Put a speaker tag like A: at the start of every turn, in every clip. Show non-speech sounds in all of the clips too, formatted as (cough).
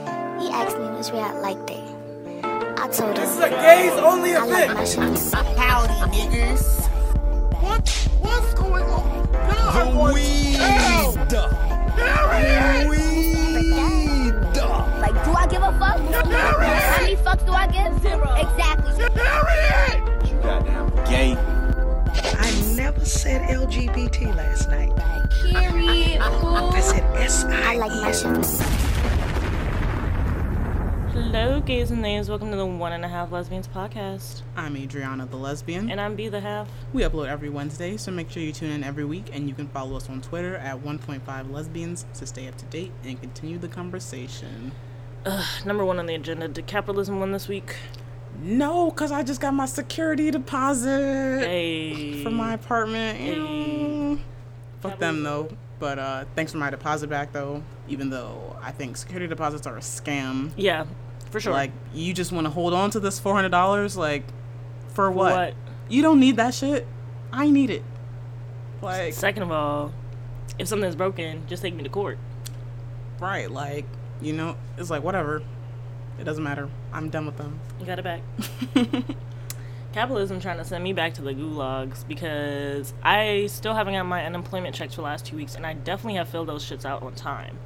A: asked me which way I liked it. I told
B: This is
A: her
B: a gays only
A: I like
B: event.
A: my shoes.
C: Howdy, niggas.
D: What? What's going on? God, what- Hell, Harriet!
E: Like, do I give a fuck? How many fucks do I give? Zero. Exactly.
D: Harriet!
B: Gay.
F: I never said LGBT last night.
E: Period.
F: I said S
A: I like my shoes.
G: Hello, gays and names. Welcome to the One and a Half Lesbians podcast.
C: I'm Adriana the Lesbian.
G: And I'm Be the Half.
C: we upload every Wednesday, so make sure you tune in every week and you can follow us on Twitter at 1.5 Lesbians to stay up to date and continue the conversation.
G: Number one on the agenda. Did capitalism win this week?
C: No, because I just got my security deposit
G: Hey.
C: for my apartment. Ew. Fuck them though. But uh, thanks for my deposit back though, even though I think security deposits are a scam.
G: Yeah, for sure.
C: Like you just want to hold on to this four hundred dollars, like for what?
G: what?
C: You don't need that shit. I need it. Like
G: Second of all, if something's broken, just take me to court.
C: right, like you know, it's like whatever. It doesn't matter. I'm done
G: (laughs)
C: with them.
G: You got it back. capitalism trying to send me back to the gulags because I still haven't got my unemployment checks for the last two weeks, and I definitely have filled those shits out on time.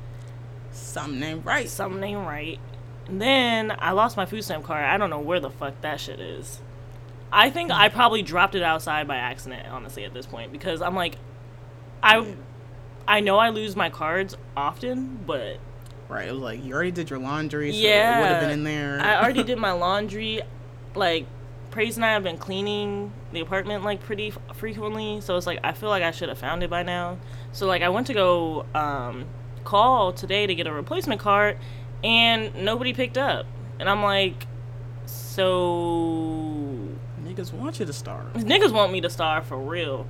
C: Something ain't right.
G: Something ain't right. And then I lost my food stamp card. I don't know where the fuck that shit is. I think I probably dropped it outside by accident, honestly, at this point, because I'm like, I, I know I lose my cards often, but
C: Right. It was like you already did your laundry. So It would
G: Yeah.
C: have been in there.
G: I already did my laundry. Like, Praise and I have been cleaning the apartment like pretty f- frequently, so it's like I feel like I should have found it by now. So like I went to go um, call today to get a replacement card, and nobody picked up, and I'm like, so
C: (laughs) Niggas want you to starve.
G: niggas want me to starve for real.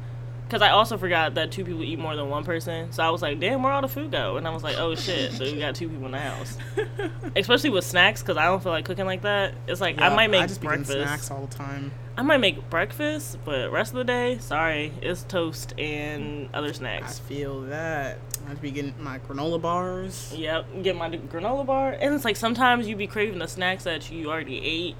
G: Cause I also forgot that two people eat more than one person, so I was like, "Damn, where all the food go?" And I was like, "Oh shit!" So we got two people in the
C: (laughs)
G: house, especially with snacks, cause I don't feel like cooking like that. It's like I
C: Yeah,
G: might make
C: I just be eating snacks
G: breakfast.
C: all the time.
G: I might make breakfast, but rest of the day, sorry, it's toast and other
C: I
G: snacks.
C: feel that. I just be getting my granola bars.
G: Yep, get my granola bar, and it's like sometimes you be craving the snacks that you already ate.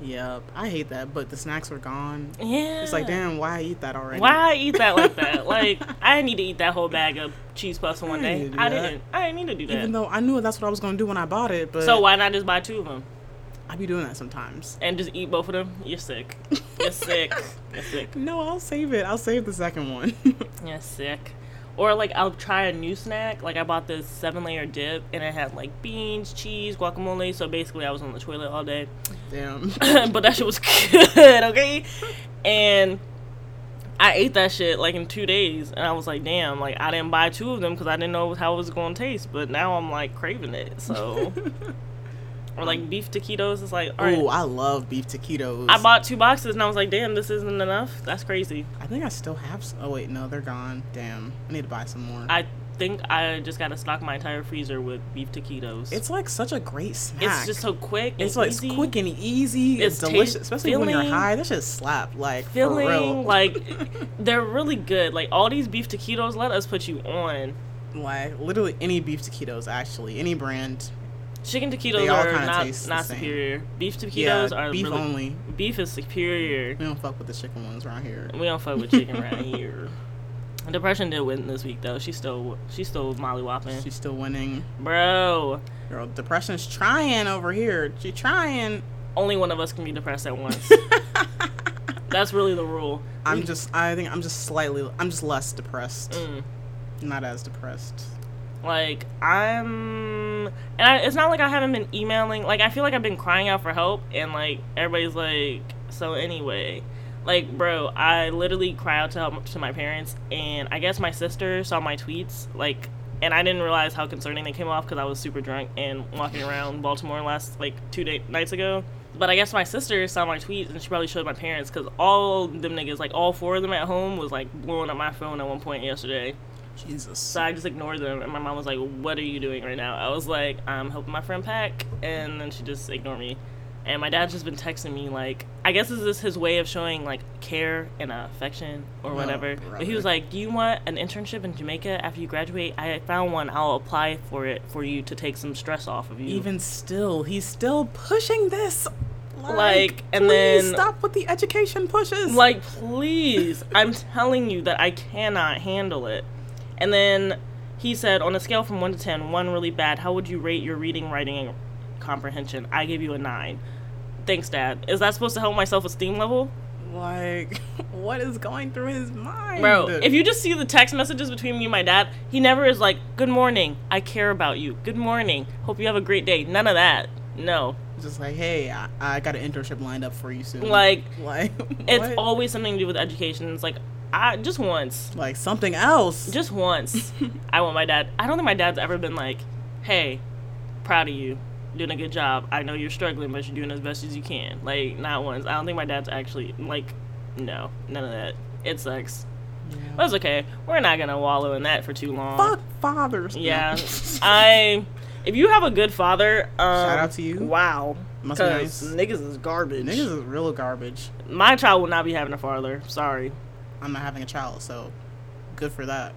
C: Yep. I hate that, but the snacks are gone.
G: Yeah,
C: It's like, damn, why I eat that already?
G: Why I eat that like
C: (laughs)
G: that? Like I didn't need to eat that whole bag of cheese puffs in one
C: I
G: day.
C: didn't do
G: I
C: that.
G: didn't. I didn't need to do that.
C: Even though I knew that's what I was gonna do when I bought it, but
G: so why not just buy two of them
C: I be doing that sometimes.
G: and just eat both of them? You're sick.
C: (laughs)
G: You're sick. You're sick.
C: No, I'll save it. I'll save the second one. (laughs)
G: You're sick. Or like I'll try a new snack. Like I bought this seven layer dip and it had like beans, cheese, guacamole. So basically I was on the toilet all day.
C: Damn.
G: (laughs) but that shit was good, okay? And I ate that shit like in two days, and I was like, damn, like I didn't buy two of them because I didn't know how it was going to taste. But now I'm like craving it,
C: (laughs)
G: so. or like beef taquitos, it's like, all right.
C: Oh, I love beef taquitos.
G: I bought two boxes and I was like, damn, this isn't enough. That's crazy.
C: I think I still have. Some. Oh wait, no, they're gone. Damn. I need to buy some more.
G: I think I just got to stock my entire freezer with beef taquitos.
C: it's like such a great snack.
G: it's just so quick. and
C: It's like
G: easy.
C: quick and easy. It's,
G: It's ta-
C: delicious, especially when
G: filling.
C: you're high. That shit slap. Like for real.
G: Filling, like,
C: (laughs)
G: they're really good. Like, all these beef taquitos, let us put you on.
C: like literally any beef taquitos. Actually, any brand.
G: Chicken taquitos
C: They all
G: are
C: kinda
G: not,
C: taste the
G: not
C: same.
G: superior. Beef
C: Yeah,
G: taquitos are
C: beef
G: really-
C: only.
G: Beef is superior.
C: We don't fuck with the chicken ones around here.
G: We don't fuck with chicken
C: (laughs)
G: right here. Depression did win this week though. She still she still molly whopping.
C: She's still winning.
G: Bro,
C: Girl, depression's trying over here. She trying.
G: only one of us can be depressed at
C: (laughs)
G: once. That's really the rule.
C: I'm just. I think I'm just slightly. I'm just less depressed.
G: Mm.
C: Not as depressed.
G: Like I'm, and I, it's not like I haven't been emailing. Like I feel like I've been crying out for help, and like everybody's like, so anyway, like bro, I literally cry out to help to my parents, and I guess my sister saw my tweets, like, and I didn't realize how concerning they came off because I was super drunk and walking around Baltimore last like two day- nights ago. But I guess my sister saw my tweets and she probably showed my parents because all them niggas, like all four of them at home, was like blowing up my phone at one point yesterday.
C: Jesus.
G: So I just ignored them, and my mom was like, "What are you doing right now?" I was like, "I'm helping my friend pack," and then she just ignored me. And my dad's just been texting me like, I guess this is his way of showing like care and affection or whatever. But he was
C: brother.
G: like, "Do you want an internship in Jamaica after you graduate? I found one. I'll apply for it for you to take some stress off of you."
C: Even still, he's still pushing this. Like,
G: Like, and
C: please
G: then-
C: stop with the education pushes.
G: Like, please. I'm telling you that I cannot handle it. And then he said, on a scale from 1 to 10, 1 really bad, how would you rate your reading, writing, and comprehension? I give you a 9. Thanks, Dad. Is that supposed to help my self esteem level?
C: like, (laughs) what is going through his mind,
G: Bro, if you just see the text messages between me and my dad, he never is like, Good morning, I care about you. Good morning, hope you have a great day. None of that. No.
C: just like, hey, I, I got an internship lined up for you soon.
G: Like,
C: (laughs) like
G: it's
C: what?
G: always something to do with education. It's like, I just once.
C: like something else.
G: just
C: (laughs)
G: once i want my dad i don't think my dad's ever been like hey proud of you doing a good job i know you're struggling but you're doing as best as you can like not once i don't think my dad's actually like no none of that it sucks but it's okay we're not gonna wallow in that for too long
C: Fuck fathers.
G: yeah
C: (laughs) No.
G: i if you have a good father um,
C: Shout out to you.
G: wow
C: Must be
G: 'Cause
C: nice.
G: niggas is garbage
C: Niggas is real garbage.
G: my child will not be having a father sorry
C: I'm not having a child, so good for that.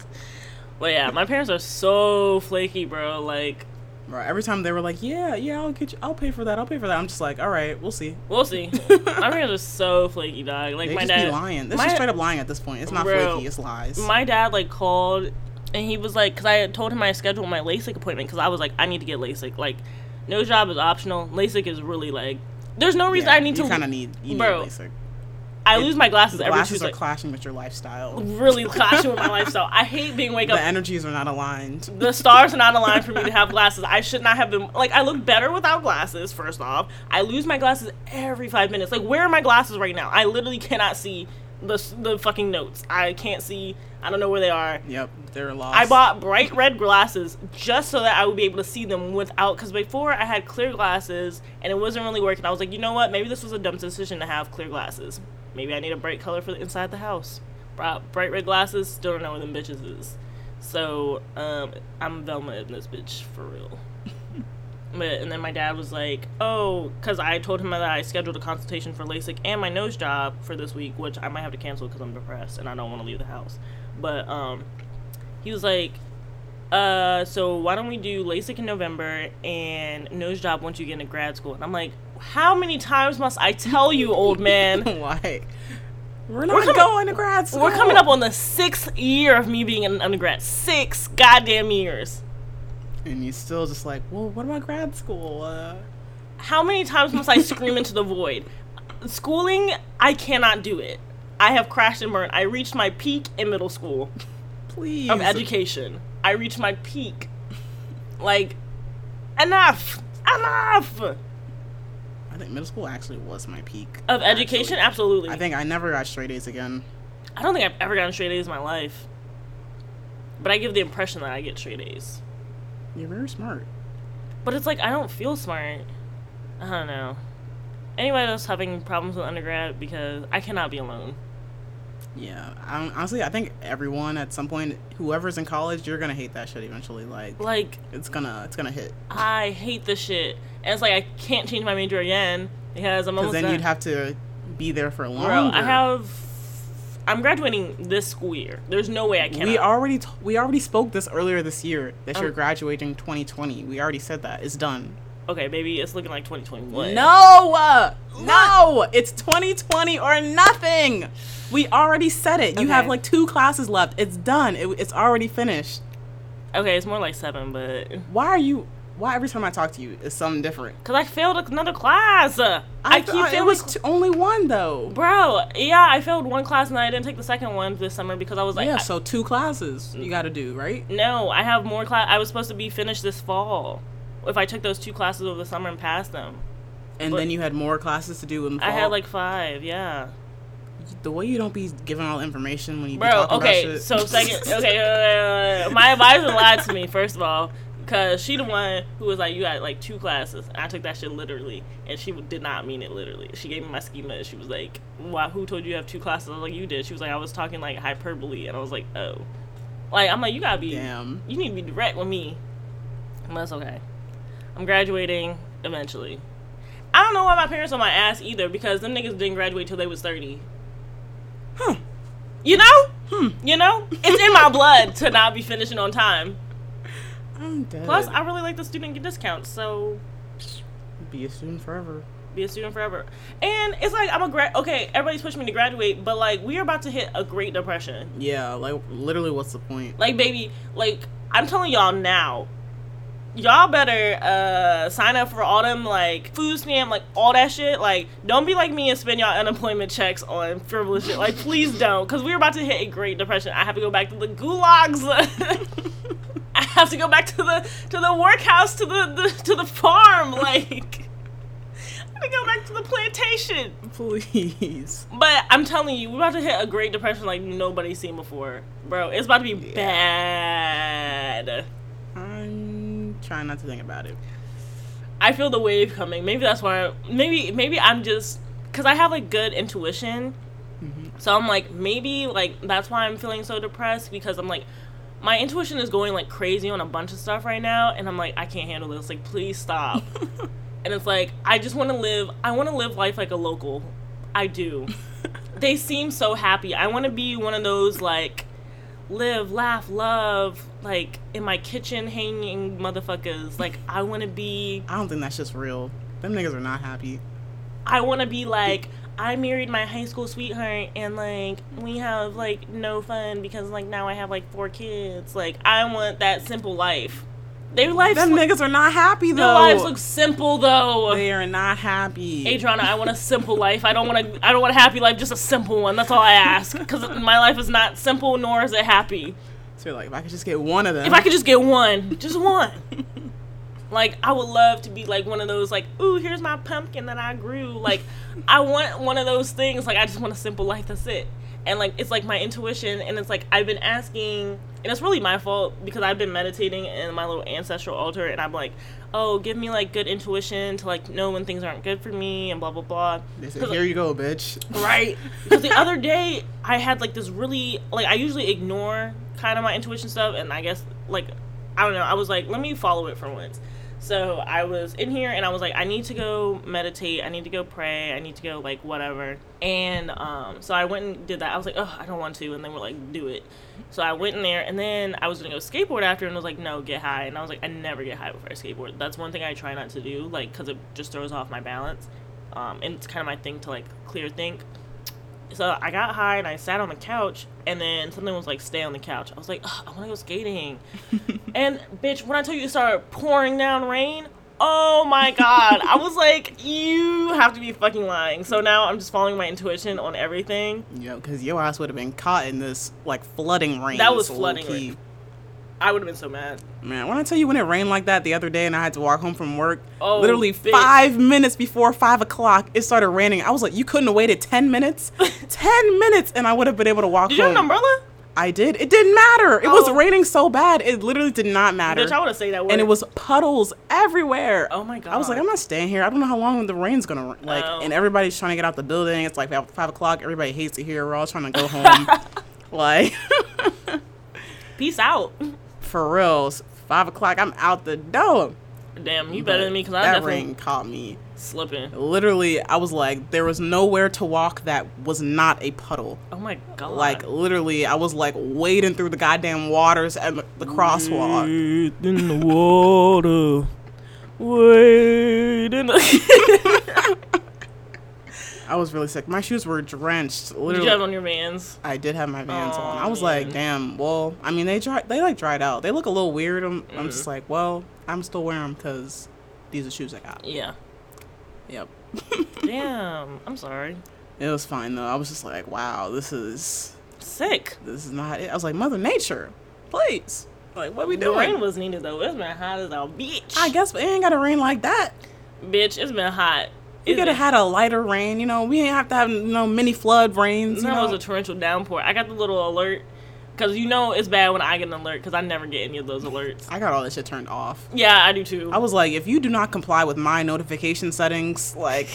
C: (laughs)
G: but yeah my parents are so flaky bro like
C: Right. Every time they were like, "Yeah, yeah, I'll get you. I'll pay for that. I'll pay for that." I'm just like, "All right, we'll see."
G: We'll
C: (laughs)
G: see. my parents are so flaky, dog. Like
C: They
G: my
C: just
G: dad,
C: be lying. This
G: my,
C: is straight up lying at this point. It's not
G: Bro,
C: flaky. It's lies.
G: my dad like called, and he was like, because I had told him I scheduled my LASIK appointment because I was like, I need to get LASIK. Like, no job is optional. LASIK is really like, there's no reason I need
C: you
G: to.
C: Kind of need. You
G: Bro,
C: need LASIK.
G: I lose my glasses every
C: Glasses are
G: Tuesday.
C: clashing with your lifestyle.
G: really clashing
C: (laughs)
G: with my lifestyle. I hate being wake
C: The
G: up.
C: energies are not aligned.
G: The stars are not aligned for me to have glasses. I should not have been like I look better without glasses. First off, I lose my glasses every five minutes. Like where are my glasses right now? I literally cannot see the s- the fucking notes. I can't see. I don't know where they are.
C: Yep, they're lost.
G: I bought bright red glasses just so that I would be able to see them without. Because before I had clear glasses and it wasn't really working. I was like, you know what? Maybe this was a dumb decision to have clear glasses. Maybe I need a bright color for the, inside the house. Brought bright red glasses. Still don't know where them bitches is. So um, I'm Velma in this bitch for real. But and then my dad was like, "Oh, because I told him that I scheduled a consultation for LASIK and my nose job for this week, which I might have to cancel because I'm depressed and I don't want to leave the house." But um, he was like, uh, so why don't we do LASIK in November and nose job once you get into grad school? And I'm like, how many times must I tell you, old
C: (laughs)
G: man?
C: (laughs) like, we're not
G: coming-
C: going to grad school.
G: We're coming up on the sixth year of me being an undergrad. Six goddamn years.
C: and you're still just like, well, what about grad school? Uh,
G: How many times must I scream into the void? Schooling, I cannot do it. I have crashed and burned. I reached my peak in middle school.
C: please.
G: of education. I reached my peak. Like, enough, enough
C: I think middle school actually was my peak
G: of education. Absolutely.
C: I think I never got straight A's again.
G: I don't think I've ever gotten straight A's in my life, but I give the impression that I get straight A's.
C: You're very smart.
G: But it's like I don't feel smart. I don't know. Anybody that's having problems with undergrad because I cannot be alone.
C: Yeah, I, honestly, I think everyone at some point, whoever's in college, you're gonna hate that shit eventually. Like,
G: Like
C: it's gonna, it's gonna hit.
G: I hate this shit, and it's like I can't change my major again because I'm
C: Because
G: almost
C: then
G: done.
C: you'd have to be there for longer.
G: Bro, I have. I'm graduating this school year. There's no way I can.
C: We already t- we already spoke this earlier this year that you're
G: Um,
C: graduating 2020. We already said that. It's done.
G: Okay, baby, it's looking like 2021.
C: No, uh, no, it's 2020 or nothing. We already said it. You have
G: Okay.
C: like two classes left. It's done. It, it's already finished.
G: Okay, it's more like seven, but
C: Why are you? Why every time I talk to you, it's something different?
G: because I failed another class. I, keep
C: thought
G: failing.
C: it was t- only one though.
G: Bro, yeah, I failed one class and I didn't take the second one this summer because I was like,
C: yeah,
G: I-
C: so two classes you got to do, right?
G: no, I have more class. I was supposed to be finished this fall if I took those two classes over the summer and passed them.
C: And
G: But-
C: then you had more classes to do in the
G: I had
C: fall.
G: like five, yeah.
C: the way you don't be giving all information when you be
G: Bro,
C: talking about
G: okay,
C: shit.
G: so second, okay, uh, my advisor lied to me first of all, cause she the one who was like, you got like two classes. I took that shit literally, and she did not mean it literally. She gave me my schema, and she was like, "Why? Who told you you have two classes?" I was like, "You did." She was like, "I was talking like hyperbole," and I was like, "Oh, like I'm like, you gotta be,
C: Damn.
G: you need to be direct with me." But it's okay. I'm graduating eventually. I don't know why my parents on my ass either because them niggas didn't graduate till they was 30.
C: Huh.
G: You know? You know? It's in my blood to not be finishing on time.
C: (laughs) I'm dead.
G: Plus, I really like the student discounts, so
C: be a student forever.
G: be a student forever. And it's like I'm a grad. Okay, everybody's pushing me to graduate, but like we are about to hit a great depression.
C: Yeah, like literally, what's the point?
G: Like, baby, like I'm telling y'all now, y'all better uh sign up for all them like food stamp, like all that shit. Like, don't be like me and spend y'all unemployment checks on frivolous shit. Like, please don't, because we're about to hit a great depression. I have to go back to the gulags. (laughs) I have to go back to the to the workhouse, to the, the to the farm. (laughs) Like, I have to go back to the plantation.
C: (laughs) Please.
G: But I'm telling you, we're about to hit a Great Depression like nobody's seen before, bro. It's about to be bad.
C: I'm trying not to think about it.
G: I feel the wave coming. Maybe that's why. Maybe maybe I'm just because I have like good intuition, so I'm like maybe like that's why I'm feeling so depressed because I'm like my intuition is going like crazy on a bunch of stuff right now, and I'm like I can't handle this. Like please stop. and it's like I just want to live. I want to live life like a local. I do. they seem so happy. I want to be one of those like live, laugh, love, like in my kitchen hanging motherfuckers. Like I want to be
C: I don't think that's just real. Them niggas are not happy.
G: I want to be like I married my high school sweetheart and like we have like no fun because like now I have like four kids. Like I want that simple life. Their lives
C: Them
G: look,
C: niggas are not happy
G: their
C: though.
G: lives look simple though.
C: they are not happy.
G: Adriana, I want a simple life. I don't want to. I don't want a happy life. Just a simple one. That's all I ask. Because my life is not simple, nor is it happy.
C: So you're like, if I could just get one of them.
G: If I could just get one, just one. Like I would love to be like one of those like, ooh, here's my pumpkin that I grew. Like I want one of those things. Like I just want a simple life. That's it. And like it's like my intuition, and it's like I've been asking, and it's really my fault because I've been meditating in my little ancestral altar, and I'm like, oh, give me like good intuition to like know when things aren't good for me, and blah blah blah.
C: They said,
G: 'Cause,
C: here you go, bitch.
G: (laughs) right? Because the other day I had like this really like I usually ignore kind of my intuition stuff, and I guess like I don't know. I was like, let me follow it for once. So I was in here and I was like, I need to go meditate. I need to go pray. I need to go like whatever. And um, so I went and did that. I was like, oh, I don't want to. And they were like, do it. So I went in there and then I was gonna go skateboard after and was like, no, get high. And I was like, I never get high before I skateboard. That's one thing I try not to do, like, because it just throws off my balance um, and it's kind of my thing to like clear think. So I got high and I sat on the couch, and then something was like, "Stay on the couch." I was like, "Ugh, "I want to go
C: (laughs)
G: skating," and bitch, when I tell you it started pouring down rain, oh my god, I was like, "You have to be fucking lying." So now I'm just following my intuition on everything.
C: Yo, because your ass would have been caught in this like flooding rain.
G: That was
C: so
G: flooding
C: low-key.
G: rain. I would have been so mad.
C: Man, when I tell you when it rained like that the other day and I had to walk home from work,
G: Oh,
C: literally
G: bitch.
C: five minutes before five o'clock, it started raining. I was like, you couldn't have waited
G: (laughs)
C: 10 minutes? 10 minutes, and I would have been able to walk
G: Did you
C: home.
G: have an umbrella?
C: I did. It didn't matter. It was
G: Oh.
C: raining so bad. It literally did not matter.
G: Bitch, I would have said that word.
C: and it was puddles everywhere.
G: Oh my
C: I was like,
G: God.
C: I'm not staying here. I don't know how long the rain's gonna ra- like.
G: Oh.
C: And everybody's trying to get out the building. It's like about five o'clock. Everybody hates it here. We're all trying to
G: (laughs)
C: go home. like (laughs)
G: peace out.
C: for real, it's five o'clock. I'm out the door.
G: Damn, you better than me because I
C: that
G: definitely
C: rain caught me.
G: slipping.
C: Literally, I was like, there was nowhere to walk that was not a puddle.
G: Oh my god.
C: Like literally, I was like wading through the goddamn waters at the, the crosswalk.
G: in the (laughs) water. (laughs) Wait in the.
C: I was really sick. My shoes were drenched.
G: Did
C: Literally,
G: you have on your vans?
C: I did have my Vans on.
G: Aw,
C: I was like,
G: man.
C: damn. Well, I mean, they dry, they like dried out. They look a little weird. I'm, I'm
G: Mm-hmm.
C: just like, well, I'm still wearing them because these are shoes I got.
G: Yeah.
C: Yep. (laughs)
G: Damn. I'm sorry.
C: It was fine though. I was just like, wow, this is
G: Sick.
C: this is not it. I was like, Mother Nature, please. Like, what we
G: The rain
C: doing?
G: was needed though. It's been hot as a bitch.
C: I guess but it ain't got to rain like that.
G: Bitch, it's been hot.
C: You
G: It's
C: could have
G: been-
C: had a lighter rain. You know, we ain't have to have no mini flood rains. You
G: That
C: know?
G: was a torrential downpour. I got the little alert because you know it's bad when I get an alert because I never get any of those alerts.
C: I got all that shit turned off.
G: Yeah, I do too.
C: I was like, if you do not comply with my notification settings, like,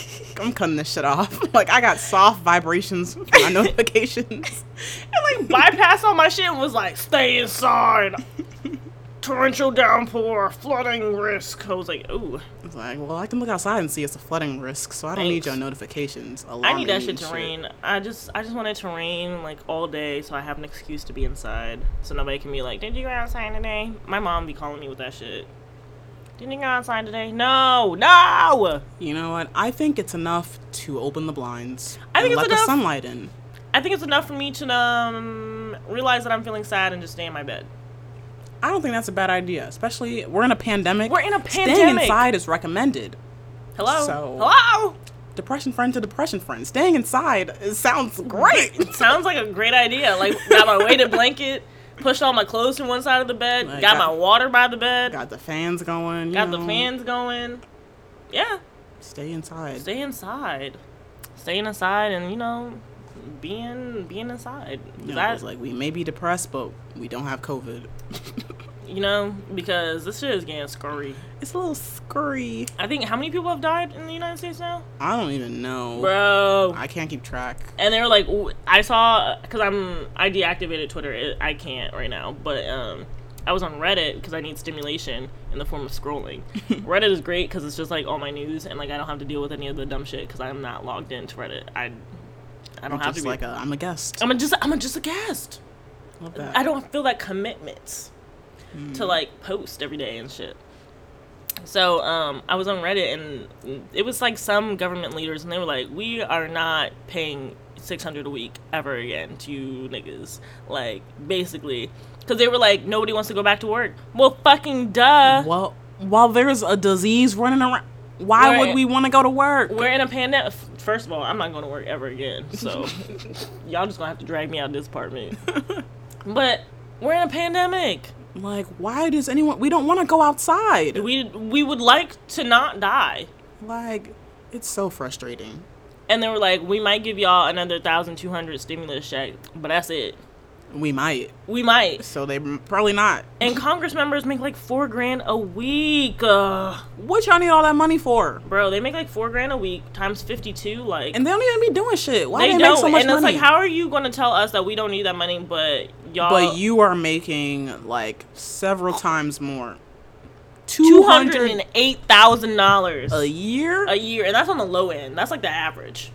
C: I'm cutting this shit off. (laughs) Like, I got soft vibrations for
G: (laughs)
C: my notifications. (laughs)
G: I like bypassed all my shit and was like, stay inside. torrential downpour, flooding risk. I was like, ooh,
C: It's like, well, I can look outside and see it's a flooding risk, so I don't need
G: Thanks.
C: your notifications.
G: I need
C: alarming
G: that
C: me
G: shit
C: and
G: to rain. I just, I just want it to rain like all day, so I have an excuse to be inside, so nobody can be like, did you go outside today? My mom be calling me with that shit. Didn't you go outside today? No, no.
C: You know what? I think it's enough to open the blinds
G: I think
C: and
G: it's
C: let the
G: enough.
C: sunlight in.
G: I think it's enough for me to um realize that I'm feeling sad and just stay in my bed.
C: I don't think that's a bad idea, especially we're in a pandemic.
G: We're in a
C: Staying
G: pandemic.
C: inside is recommended.
G: Hello.
C: So-
G: Hello.
C: Depression friend to depression friend. Staying inside it sounds
G: (laughs)
C: great.
G: Sounds like a great idea. Like got my
C: (laughs)
G: weighted blanket, pushed all my clothes to one side of the bed,
C: Like,
G: got,
C: got-
G: my water by the bed, got,
C: Got the fans going. you
G: the
C: know.
G: fans going. Yeah,
C: Stay inside.
G: stay inside, staying inside, and you know, being being inside. 'Cause
C: You know,
G: I-
C: it's like we may be depressed, but we don't have COVID.
G: you know, because this shit is getting scary.
C: It's a little scurry.
G: I think how many people have died in the United States now,
C: I don't even know.
G: bro?
C: I can't keep track.
G: and they were like, w- I saw because I'm I deactivated Twitter. It, I can't right now, but um, I was on Reddit because I need stimulation in the form of
C: (laughs)
G: scrolling. Reddit is great because it's just like all my news and like I don't have to deal with any of the dumb shit because I'm not logged into Reddit. I I don't have
C: Just
G: to.
C: like
G: Like
C: a, I'm a guest.
G: I'm a just I'm a just a guest.
C: Love that.
G: I don't feel that commitment to like post every day and shit. So um, I was on Reddit and it was like some government leaders and they were like, "We are not paying six hundred a week ever again to you niggas." Like basically, because they were like, "Nobody wants to go back to work." Well, fucking duh.
C: Well, while there's a disease running around, why
G: Right.
C: would we want to go to work?
G: We're in a pandemic. First of all, I'm not going to work ever again. So y'all just gonna have to drag me out of this apartment. but we're in a pandemic.
C: Like, why does anyone? We don't want to go outside.
G: We we would like to not die.
C: Like, it's so frustrating.
G: And they were like, we might give y'all another thousand two hundred stimulus check, but that's it.
C: We might.
G: We might.
C: So they probably not.
G: And Congress members make like four grand a week, Ugh.
C: What y'all need all that money for?
G: bro. They make like four grand a week times fifty-two, like.
C: And they don't even be doing shit. Why
G: they
C: they,
G: don't,
C: make so much
G: and it's
C: money?
G: like, how are you going to tell us that we don't need that money, but y'all?
C: but you are making like several times more.
G: two
C: Two
G: hundred
C: hundred
G: and eight thousand dollars
C: a year.
G: a year, and that's on the low end. That's like the average.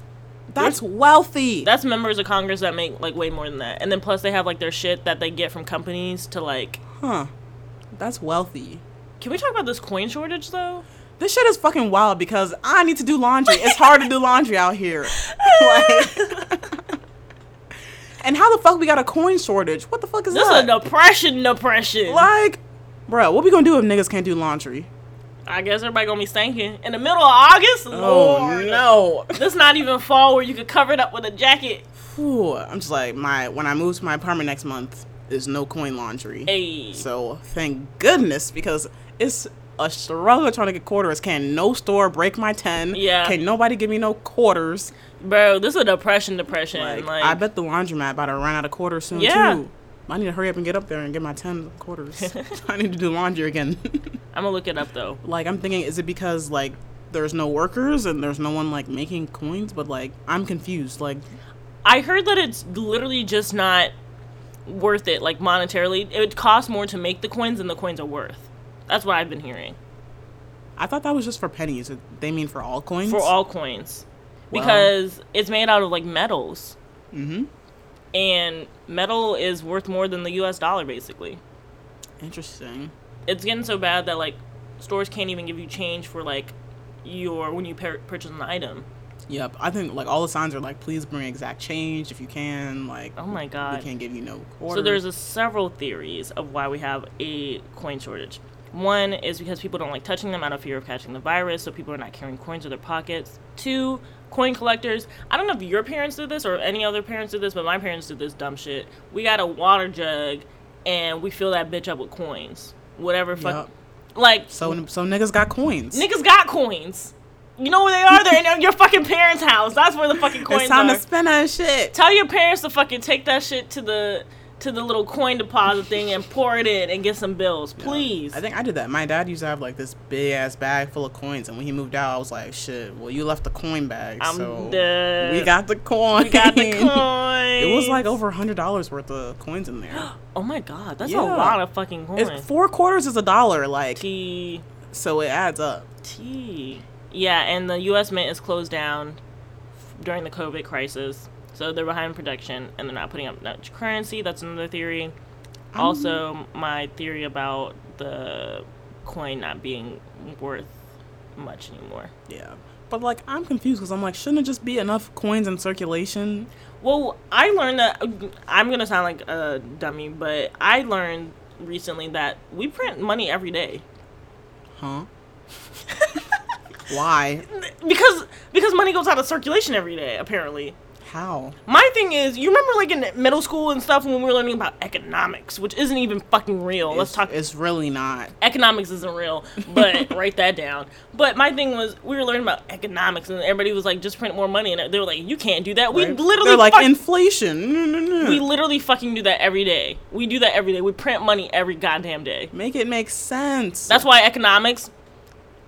C: That's wealthy.
G: That's members of Congress that make like way more than that, and then plus they have like their shit that they get from companies to like.
C: huh? That's wealthy.
G: Can we talk about this coin shortage though?
C: This shit is fucking wild because I need to do laundry. It's hard to do laundry out here. (laughs) Like- (laughs) and how the fuck we got a coin shortage? What the fuck is
G: This is
C: that?
G: a depression, depression.
C: like, bro, what we gonna do if niggas can't do laundry?
G: I guess everybody gonna be stanking in the middle of August.
C: Oh,
G: Lord.
C: no.
G: This not even fall where you could cover it up with a jacket.
C: Whew, I'm just like my when I move to my apartment next month, there's no coin laundry.
G: Hey,
C: So thank goodness because it's a struggle trying to get quarters. Can no store break my ten?
G: Yeah.
C: Can nobody give me no quarters?
G: bro, this is a depression, depression.
C: Like,
G: Like,
C: I bet the laundromat about to run out of quarters soon
G: Yeah.
C: too. I need to hurry up and get up there and get my ten
G: (laughs)
C: quarters. (laughs) I need to do laundry again. (laughs)
G: I'm gonna look it up though.
C: like I'm thinking, is it because like there's no workers and there's no one like making coins? But like I'm confused. Like
G: I heard that it's literally just not worth it, like monetarily. It would cost more to make the coins than the coins are worth. That's what I've been hearing
C: I thought that was just for pennies. They mean for all coins.
G: for all coins
C: Wow.
G: because it's made out of like metals,
C: Mm-hmm.
G: and metal is worth more than the U.S. dollar basically.
C: Interesting.
G: it's getting so bad that like stores can't even give you change for like your when you pur- purchase an item.
C: Yep. I think like all the signs are like, please bring exact change if you can. Like
G: Oh my
C: we
G: god.
C: can't give you no quarters.
G: So there's a, several theories of why we have a coin shortage. One is because people don't like touching them out of fear of catching the virus, so people are not carrying coins in their pockets. Two, coin collectors. I don't know if your parents did this or any other parents did this, but my parents did this dumb shit. We got a water jug and we fill that bitch up with coins. Whatever fuck like
C: so so niggas got coins.
G: Niggas got coins. You know where they are? They're in your fucking parents' house. That's where the fucking coins
C: it's time
G: are.
C: to spend that shit.
G: Tell your parents to fucking take that shit to the to the little coin deposit thing and pour it in and get some bills, please.
C: I think I did that. My dad used to have like this big ass bag full of coins, and when he moved out, I was like, "Shit, well, you left the coin bag,
G: I'm
C: so
G: dead.
C: we got the coin.
G: we got the coin.
C: (laughs) It was like over a hundred dollars worth of coins in
G: (gasps)
C: there.
G: oh my god, that's
C: Yeah.
G: a lot of fucking coins.
C: It's four quarters is a dollar, like
G: T
C: so it adds up.
G: T. Yeah, and the U.S. Mint is closed down during the COVID crisis, so they're behind production and they're not putting up much currency. That's another theory.
C: Um,
G: Also, my theory about the coin not being worth much anymore.
C: Yeah, but like I'm confused because I'm like, shouldn't it just be enough coins in circulation?
G: Well, I learned that I'm gonna sound like a dummy, but I learned recently that we print money every day (laughs)
C: Huh? Why?
G: because because money goes out of circulation every day. Apparently,
C: How?
G: my thing is, you remember like in middle school and stuff when we were learning about economics, which isn't even fucking real. Let's
C: It's-
G: talk
C: It's really not.
G: economics isn't real,
C: (laughs)
G: but write that down. But my thing was, we were learning about economics, and everybody was like, just print more money, and they were like, you can't do that. We
C: right?
G: literally
C: They're like
G: fuck-
C: inflation. No, no, no.
G: we literally fucking do that every day. We do that every day. We print money every goddamn day.
C: Make it make sense.
G: That's why economics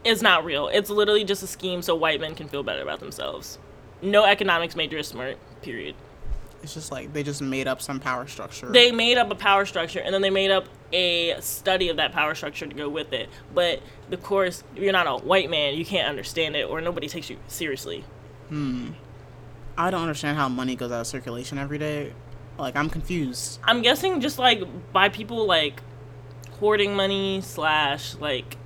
G: is not real. It's literally just a scheme so white men can feel better about themselves. No economics major is smart. Period.
C: It's just like they just made up some power structure.
G: They made up a power structure and then they made up a study of that power structure to go with it. But of course, if you're not a white man, you can't understand it or nobody takes you seriously.
C: I don't understand how money goes out of circulation every day. Like I'm confused.
G: I'm guessing just like by people like hoarding money slash like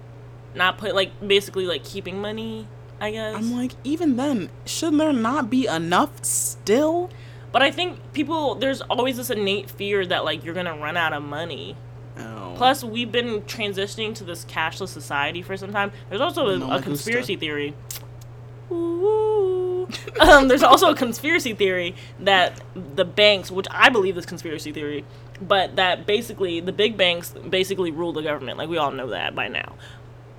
G: not put like basically like keeping money, I guess.
C: I'm like, even then, shouldn't there not be enough still?
G: But I think people, there's always this innate fear that like you're gonna run out of money.
C: Oh.
G: Plus, we've been transitioning to this cashless society for some time. There's also a,
C: No
G: a
C: me gusta.
G: conspiracy theory. Ooh. um, there's also a conspiracy theory that the banks, which I believe is conspiracy theory, but that basically the big banks basically rule the government. Like we all know that by now.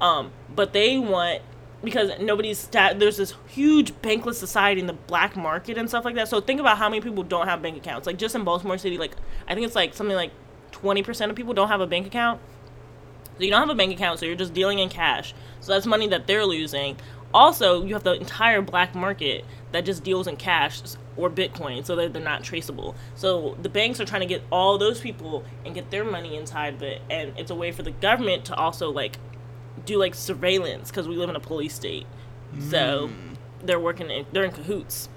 G: Um, but they want because nobody's stat. There's this huge bankless society in the black market and stuff like that. So think about how many people don't have bank accounts. Like just in Baltimore City, like I think it's like something like twenty percent of people don't have a bank account. So you don't have a bank account, so you're just dealing in cash. So that's money that they're losing. Also, you have the entire black market that just deals in cash or Bitcoin, so that they're not traceable. So the banks are trying to get all those people and get their money inside of it, and it's a way for the government to also like do like surveillance because we live in a police state. So
C: Hmm.
G: they're working, in, they're in cahoots.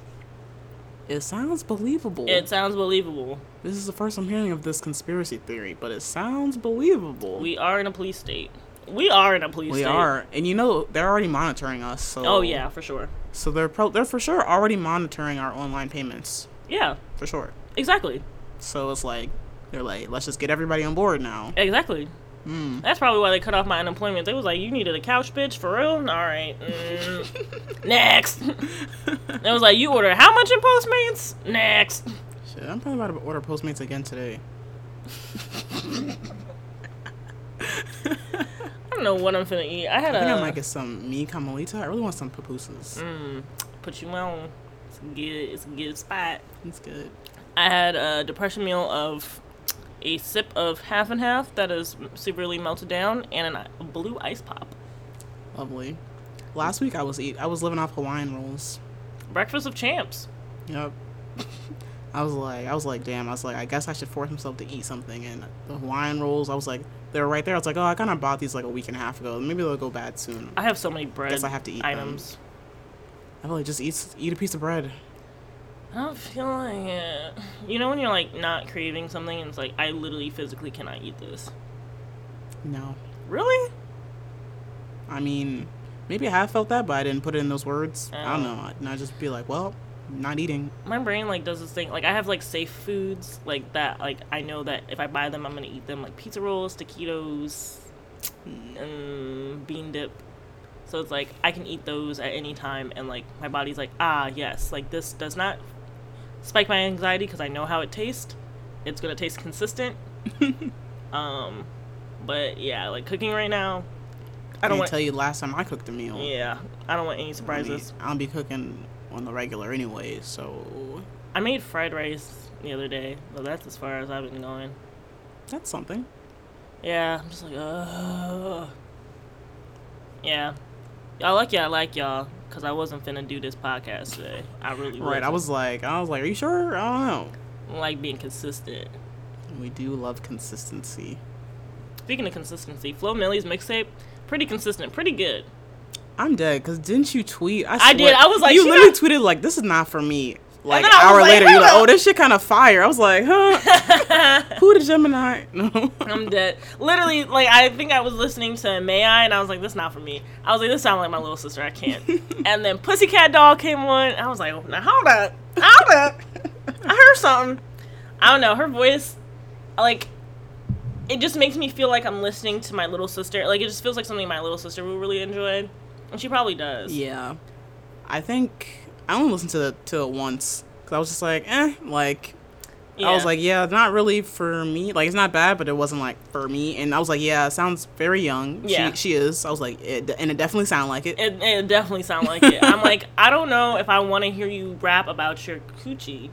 C: it sounds believable.
G: It sounds believable.
C: this is the first I'm hearing of this conspiracy theory, but it sounds believable.
G: We are in a police state. We are in a police
C: We
G: state.
C: are, and you know they're already monitoring us. So
G: Oh yeah, for sure.
C: so they're pro- they're for sure already monitoring our online payments
G: Yeah,
C: for sure.
G: exactly.
C: So it's like they're like, let's just get everybody on board
G: Eh.
C: now.
G: Exactly.
C: Hmm.
G: That's probably why they cut off my unemployment. They was like, "You needed a couch, bitch, for real." All right,
C: (laughs)
G: mm. next. they was like, "You order how much in Postmates?" Next.
C: Shit, I'm probably about to order Postmates again today.
G: I don't know what I'm finna eat. I had
C: I think
G: a
C: I might get some me camelita. I really want some pupusas.
G: put you on. It's a good. It's a good spot.
C: It's good.
G: I had a depression meal of a sip of half and half that is severely melted down, and an, a blue ice pop.
C: Lovely. Last week I was eat. I was living off Hawaiian rolls.
G: Breakfast of champs.
C: Yep. (laughs) I was like, I was like, damn. I was like, I guess I should force myself to eat something. And the Hawaiian rolls, I was like, they were right there. I was like, oh, I kind of bought these like a week and a half ago. Maybe they'll go bad soon.
G: I have so many bread
C: Guess I have to eat them.
G: items.
C: I feel like just eat eat a piece of bread.
G: I don't feel like it. You know when you're like not craving something and it's like I literally physically cannot eat this.
C: No,
G: Really?
C: I mean, maybe I have felt that, but I didn't put it in those words. I don't
G: Oh.
C: know. And I just be like, well, not eating.
G: My brain like does this thing like I have like safe foods like that like I know that if I buy them I'm gonna eat them like pizza rolls, taquitos, and bean dip. So it's like I can eat those at any time and like my body's like ah yes like this does not spike my anxiety because I know how it tastes. It's gonna taste
C: (laughs)
G: consistent. um, but yeah, like cooking right now. I
C: I
G: don't
C: don't
G: want
C: tell you last time I cooked a meal.
G: (laughs) Yeah, I don't want any
C: I mean,
G: surprises.
C: I'll be cooking on the regular anyway, so
G: I made fried rice the other day, but that's as far as I've been going.
C: That's something.
G: Yeah, I'm just like, ugh. Yeah. Y'all lucky I like y'all, because I wasn't finna do this podcast today. I really
C: Right. I
G: wasn't.
C: was like, I was like, are you sure? I don't know.
G: I like being consistent.
C: We do love consistency.
G: Speaking of consistency, Flo Millie's mixtape, pretty consistent, pretty good. (laughs)
C: I'm dead. Cause didn't you tweet?
G: I did,
C: swear-
G: I was like,
C: you
G: she
C: literally
G: got-
C: tweeted like, "This is not for me." Like
G: then
C: an
G: I was
C: hour
G: like,
C: later, you're like,
G: "Huh."
C: "Oh, this shit kind of fire." I was like,
G: (laughs)
C: "Huh? Who did Gemini?" (laughs) No.
G: I'm dead. Literally, like I think I was listening to May I, and I was like, "This not for me." I was like, "This sounds like my little sister. I
C: (laughs)
G: can't." and then Pussycat Doll came on. And I was like, "Oh, "Now hold up, hold up." I heard something. I don't know. Her voice, like, it just makes me feel like I'm listening to my little sister. Like it just feels like something my little sister will really enjoy, and she probably does.
C: Yeah, I think I only listened to the, to it once because I was just like, "Eh," like I was
G: Yeah.
C: like, "Yeah, not really for me." Like it's not bad, but it wasn't like for me. And I was like, "Yeah, it sounds very young."
G: Yeah.
C: she, she is. I was like, it, and it definitely sounded like it.
G: It, it definitely sounds like it. I'm
C: (laughs)
G: like, I don't know if I want to hear you rap about your coochie.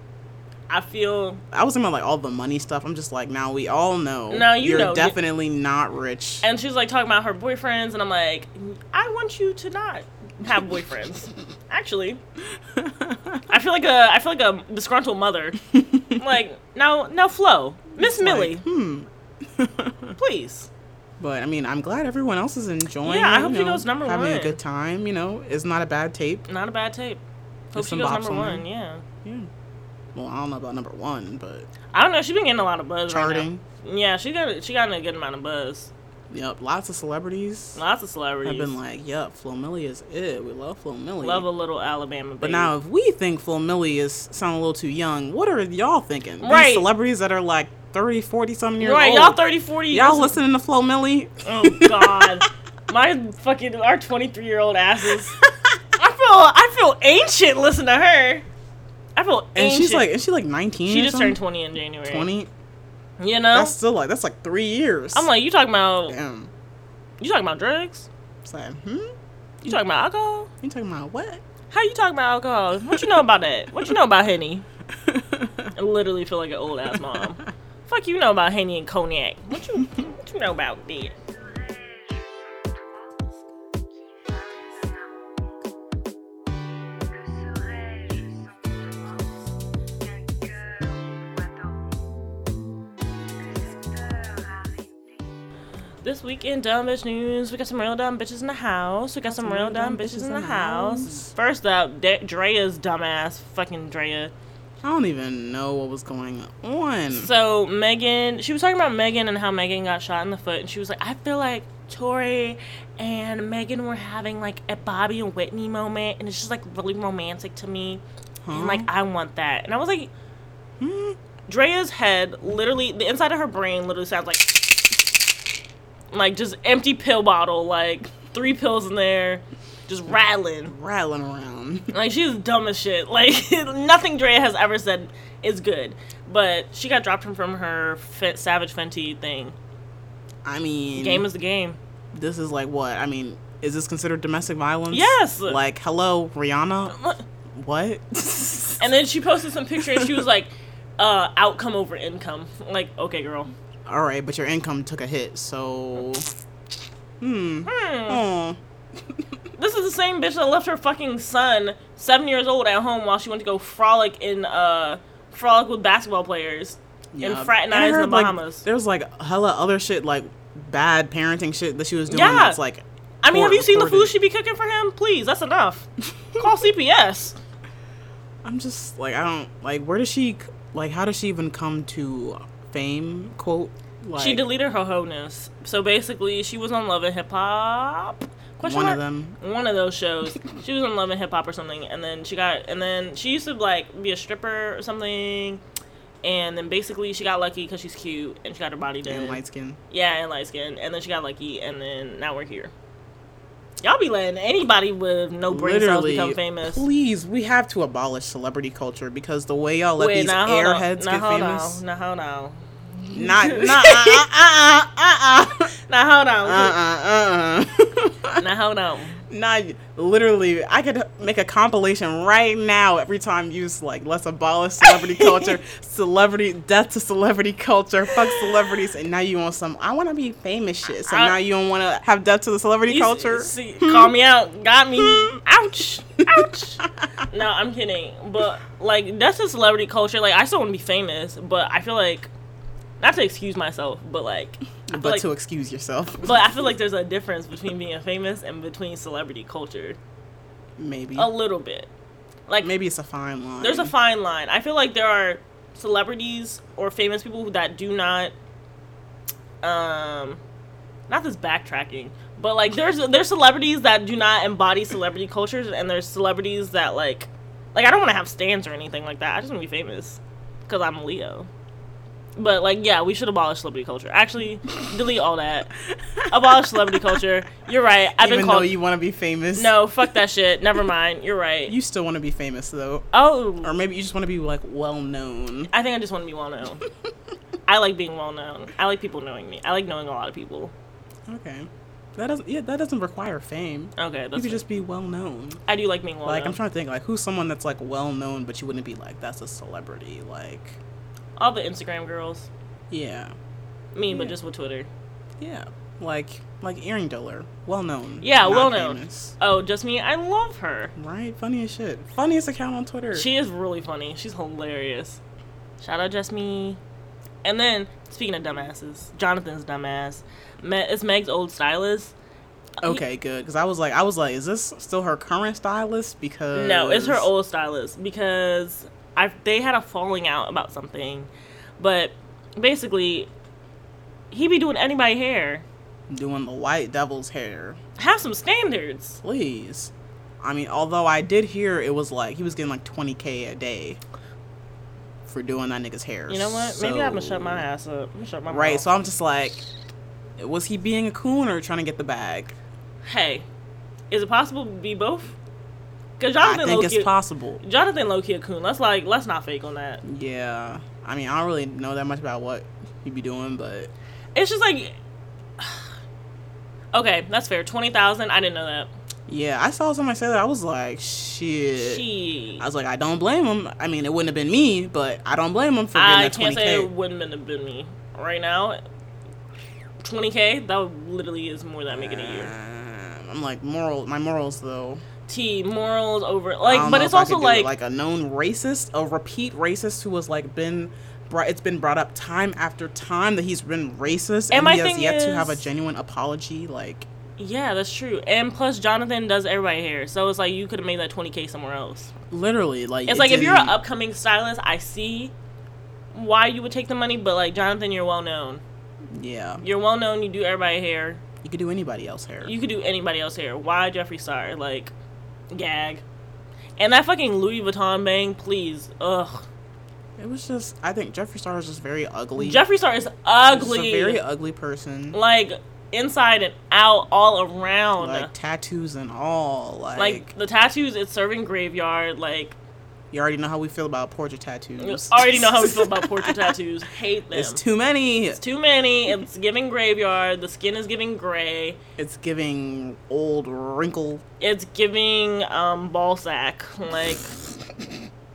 G: I feel
C: I was talking about like all the money stuff. I'm just like, now we all know.
G: No, you
C: are
G: know, you-
C: definitely not rich.
G: And she's like talking about her boyfriends, and I'm like, I want you to not have
C: (laughs)
G: boyfriends. Actually, I feel like a I feel like a disgruntled
C: (laughs)
G: mother. I'm like now now Flo, Miss Millie,
C: hmm. (laughs)
G: please.
C: But I mean, I'm glad everyone else is enjoying.
G: Yeah, I
C: it,
G: hope she goes number
C: having
G: one.
C: a good time. You know, it's not a bad tape.
G: Not a bad tape. Hope
C: There's
G: she
C: some
G: goes
C: bops
G: number
C: on there.
G: one. Yeah.
C: Yeah. Well, I don't know about number one, but
G: I don't know. She's been getting a lot of buzz. right now.
C: Charting.
G: yeah, she got she got a good amount of buzz.
C: yep, lots of celebrities
G: Lots of celebrities.
C: have been like, "Yep, Flo Milli is it. We love Flo Milli."
G: love a little Alabama. Baby.
C: but now, if we think Flo Milli is sound a little too young, what are y'all thinking? These
G: Right.
C: celebrities that are like 30, 40 something years
G: right,
C: old.
G: y'all 30, 40
C: Y'all
G: listen-
C: listening to Flo Milli?
G: Oh God, my fucking our twenty three year old asses. I feel I feel ancient. Listen to her. I feel ancient.
C: And she's like, is she like 19?
G: she
C: or
G: just
C: something?
G: turned twenty in January.
C: 20?
G: You know,
C: That's still like that's like three years.
G: Oh. I'm like, you talking about
C: damn.
G: you talking about drugs?
C: It's like, hmm?
G: You talking about alcohol?
C: You talking about
G: (laughs)
C: what?
G: How you talking about alcohol? What you know about that? What you know about henny? I literally feel like an old ass
C: (laughs)
G: mom. Fuck you know about henny and cognac. What you what you know about that? This week in Dumb Bitch News, we got some real dumb bitches in the house. We got some real dumb bitches in the house. First up, De- Drea's dumbass, fucking Drea.
C: I don't even know what was going on.
G: So Megan, she was talking about Megan and how Megan got shot in the foot, and she was like, "I feel like Tori and Megan were having like a Bobby and Whitney moment, and it's just like really romantic to me, and like I want that." And I was like, hmm. Drea's head, literally, the inside of her brain literally sounds like like just empty pill bottle, like three pills in there, just rattling.
C: Rattling around.
G: Like she's dumb as shit. (laughs) Like nothing Drea has ever said is good. But she got dropped from from her Fe- Savage Fenty thing.
C: Mm-hmm. I mean,
G: Game is the game.
C: this is like what? I mean, is this considered domestic violence?
G: Yes. Uh,
C: Like, hello, Rihanna. What?
G: (laughs)
C: (laughs)
G: And then she posted some picture and she was like, (laughs) uh, "Outcome over income." Like, okay, girl.
C: All right, but your income took a hit, so. Hmm. Aw.
G: This is the same bitch that left her fucking son, seven years old, at home while she went to go frolic in uh, frolic with basketball players
C: oh, Yeah.
G: and
C: I
G: fraternize in the
C: heard, like,
G: Bahamas.
C: there's like hella other shit, like bad parenting shit that she was doing.
G: Yeah.
C: That's like,
G: I mean, have you seen the food
C: reported.
G: she be cooking for him? Please, that's
C: (laughs)
G: enough. Call CPS.
C: I'm just like I don't like where does she like how does she even come to fame quote like
G: she deleted her wholeness. So basically, she was on Love and Hip Hop. Question
C: one of
G: mark?
C: them
G: One of those shows. she was on Love and Hip Hop or something, and then she got, and then she used to like be a stripper or something, and then basically she got lucky because she's cute and she got her body done.
C: and light skin
G: yeah, and light skin, and then she got lucky, and then now we're here. Y'all be letting anybody with no brain cells
C: literally
G: become famous.
C: please we have to abolish celebrity culture because the way y'all let
G: Wait,
C: these
G: now hold on.
C: airheads
G: Now
C: get
G: hold on. (laughs)
C: famous
G: Now hold on.
C: not not uh uh uh uh uh Uh-uh.
G: Now hold on. (laughs)
C: uh (laughs) uh
G: Now hold on.
C: Not literally. I could make a compilation right now. Every time you s- like, let's
G: (laughs)
C: abolish celebrity culture, celebrity death to celebrity culture, fuck celebrities, and now you on some. I want to be famous shit. So
G: I-
C: now you don't want to have death to the celebrity
G: You s-
C: culture. Hmm?
G: See, call me out. Got
C: (laughs)
G: me. Ouch. Ouch. no, I'm kidding. But like that's the celebrity culture. Like I still want to be famous, but I feel like not to excuse myself, but like I feel
C: but
G: like,
C: to excuse yourself,
G: but I feel like there's a difference between being famous and between celebrity culture.
C: maybe.
G: A little bit. Like
C: Maybe it's a fine line.
G: there's a fine line. I feel like there are celebrities or famous people who- that do not um not this backtracking, but like there's there's celebrities that do not embody celebrity cultures and there's celebrities that like like I don't want to have stands or anything like that. I just want to be famous cuz I'm a Leo. But like yeah, we should abolish celebrity culture.
C: (laughs)
G: Actually, delete all that. Abolish celebrity culture. You're right. I've
C: Even
G: been
C: though
G: called
C: you want to be famous,
G: No, fuck that shit. Never mind. You're right.
C: you still want to be famous though,
G: oh,
C: or maybe you just want to be like well known.
G: I think I just want to be well known. I like being well known. I like people knowing me. I like knowing a lot of people.
C: Okay, that doesn't. Yeah, that doesn't require fame.
G: Okay,
C: You
G: that's
C: could just be well known.
G: I do like being well
C: Like
G: known.
C: I'm trying to think, like who's someone that's like well known, but you wouldn't be like that's a celebrity. Like,
G: All the Instagram girls,
C: yeah,
G: me, but
C: Yeah.
G: just with Twitter.
C: yeah, like like earring dealer, well known.
G: Yeah,
C: not
G: well known.
C: famous.
G: Oh, just me. I love her.
C: Right, funny as shit. Funniest account on Twitter.
G: She is really funny. She's hilarious. Shout out just me. And then speaking of dumbasses, Jonathan's dumbass. Me- it's Meg's old stylist.
C: okay, good. Because I was like, I was like, is this still her current stylist? Because
G: No, it's her old stylist because I they had a falling out about something, but basically, he be doing anybody hair.
C: doing the White Devil's hair.
G: Have some standards.
C: Please. I mean, although I did hear it was like he was getting like 20k a day for doing that nigga's hair.
G: You know what? Maybe I'm gonna
C: so-
G: shut my ass up. I'm gonna shut my
C: Right,
G: mouth.
C: so I'm just like, was he being a coon or trying to get the bag?
G: hey, is it possible to be both? Cause
C: I
G: Jonathan
C: think
G: Loki,
C: it's possible.
G: Jonathan Loki a coon. Let's like let's not fake on that.
C: Yeah, I mean, I don't really know that much about what he'd be doing, but
G: It's just like, (sighs) okay, that's fair. Twenty thousand. I didn't know that.
C: yeah, I saw somebody say that. I was like, shit.
G: She.
C: I was like, I don't blame him. I mean, it wouldn't have been me, but I don't blame him for getting
G: I
C: that 20k.
G: can't say it wouldn't have been me. Right now, 20k, that would- literally is more than I make in a year.
C: Um, I'm like moral. My morals, though.
G: T morals over
C: I
G: like,
C: don't
G: but
C: know
G: it's
C: if I
G: also
C: could do it.
G: like,
C: like a known racist, a repeat racist who was like been brought. It's been brought up time after time that he's been racist,
G: And
C: and,
G: my
C: he has
G: thing
C: yet to have a
G: is-
C: genuine apology. Like,
G: yeah, that's true. And plus, Jonathan does everybody hair, so it's like you could have made that 20k somewhere else.
C: literally, like
G: It's
C: it
G: like if you're an
C: didn't-
G: upcoming stylist, I see why you would take the money, but like Jonathan, you're well known.
C: yeah,
G: You're well known. You do everybody hair.
C: you could do anybody else hair.
G: You could do anybody else hair. Why Jeffree Star? Like, gag. And that fucking Louis Vuitton bang, please. Ugh.
C: it was just, I think Jeffree Star is just very ugly.
G: Jeffree Star is
C: He's just
G: ugly.
C: a very ugly person. Like,
G: like inside and out, all around. Like,
C: tattoos and all. Like,
G: the tattoos, it's serving graveyard. Like
C: you already know how we feel about portrait
G: you
C: tattoos.
G: already (laughs)
C: (laughs)
G: know how we feel about portrait tattoos. Hate them.
C: It's too many.
G: It's too many. It's giving graveyard. The skin is giving gray.
C: It's giving old wrinkle.
G: It's giving um ball sack. Like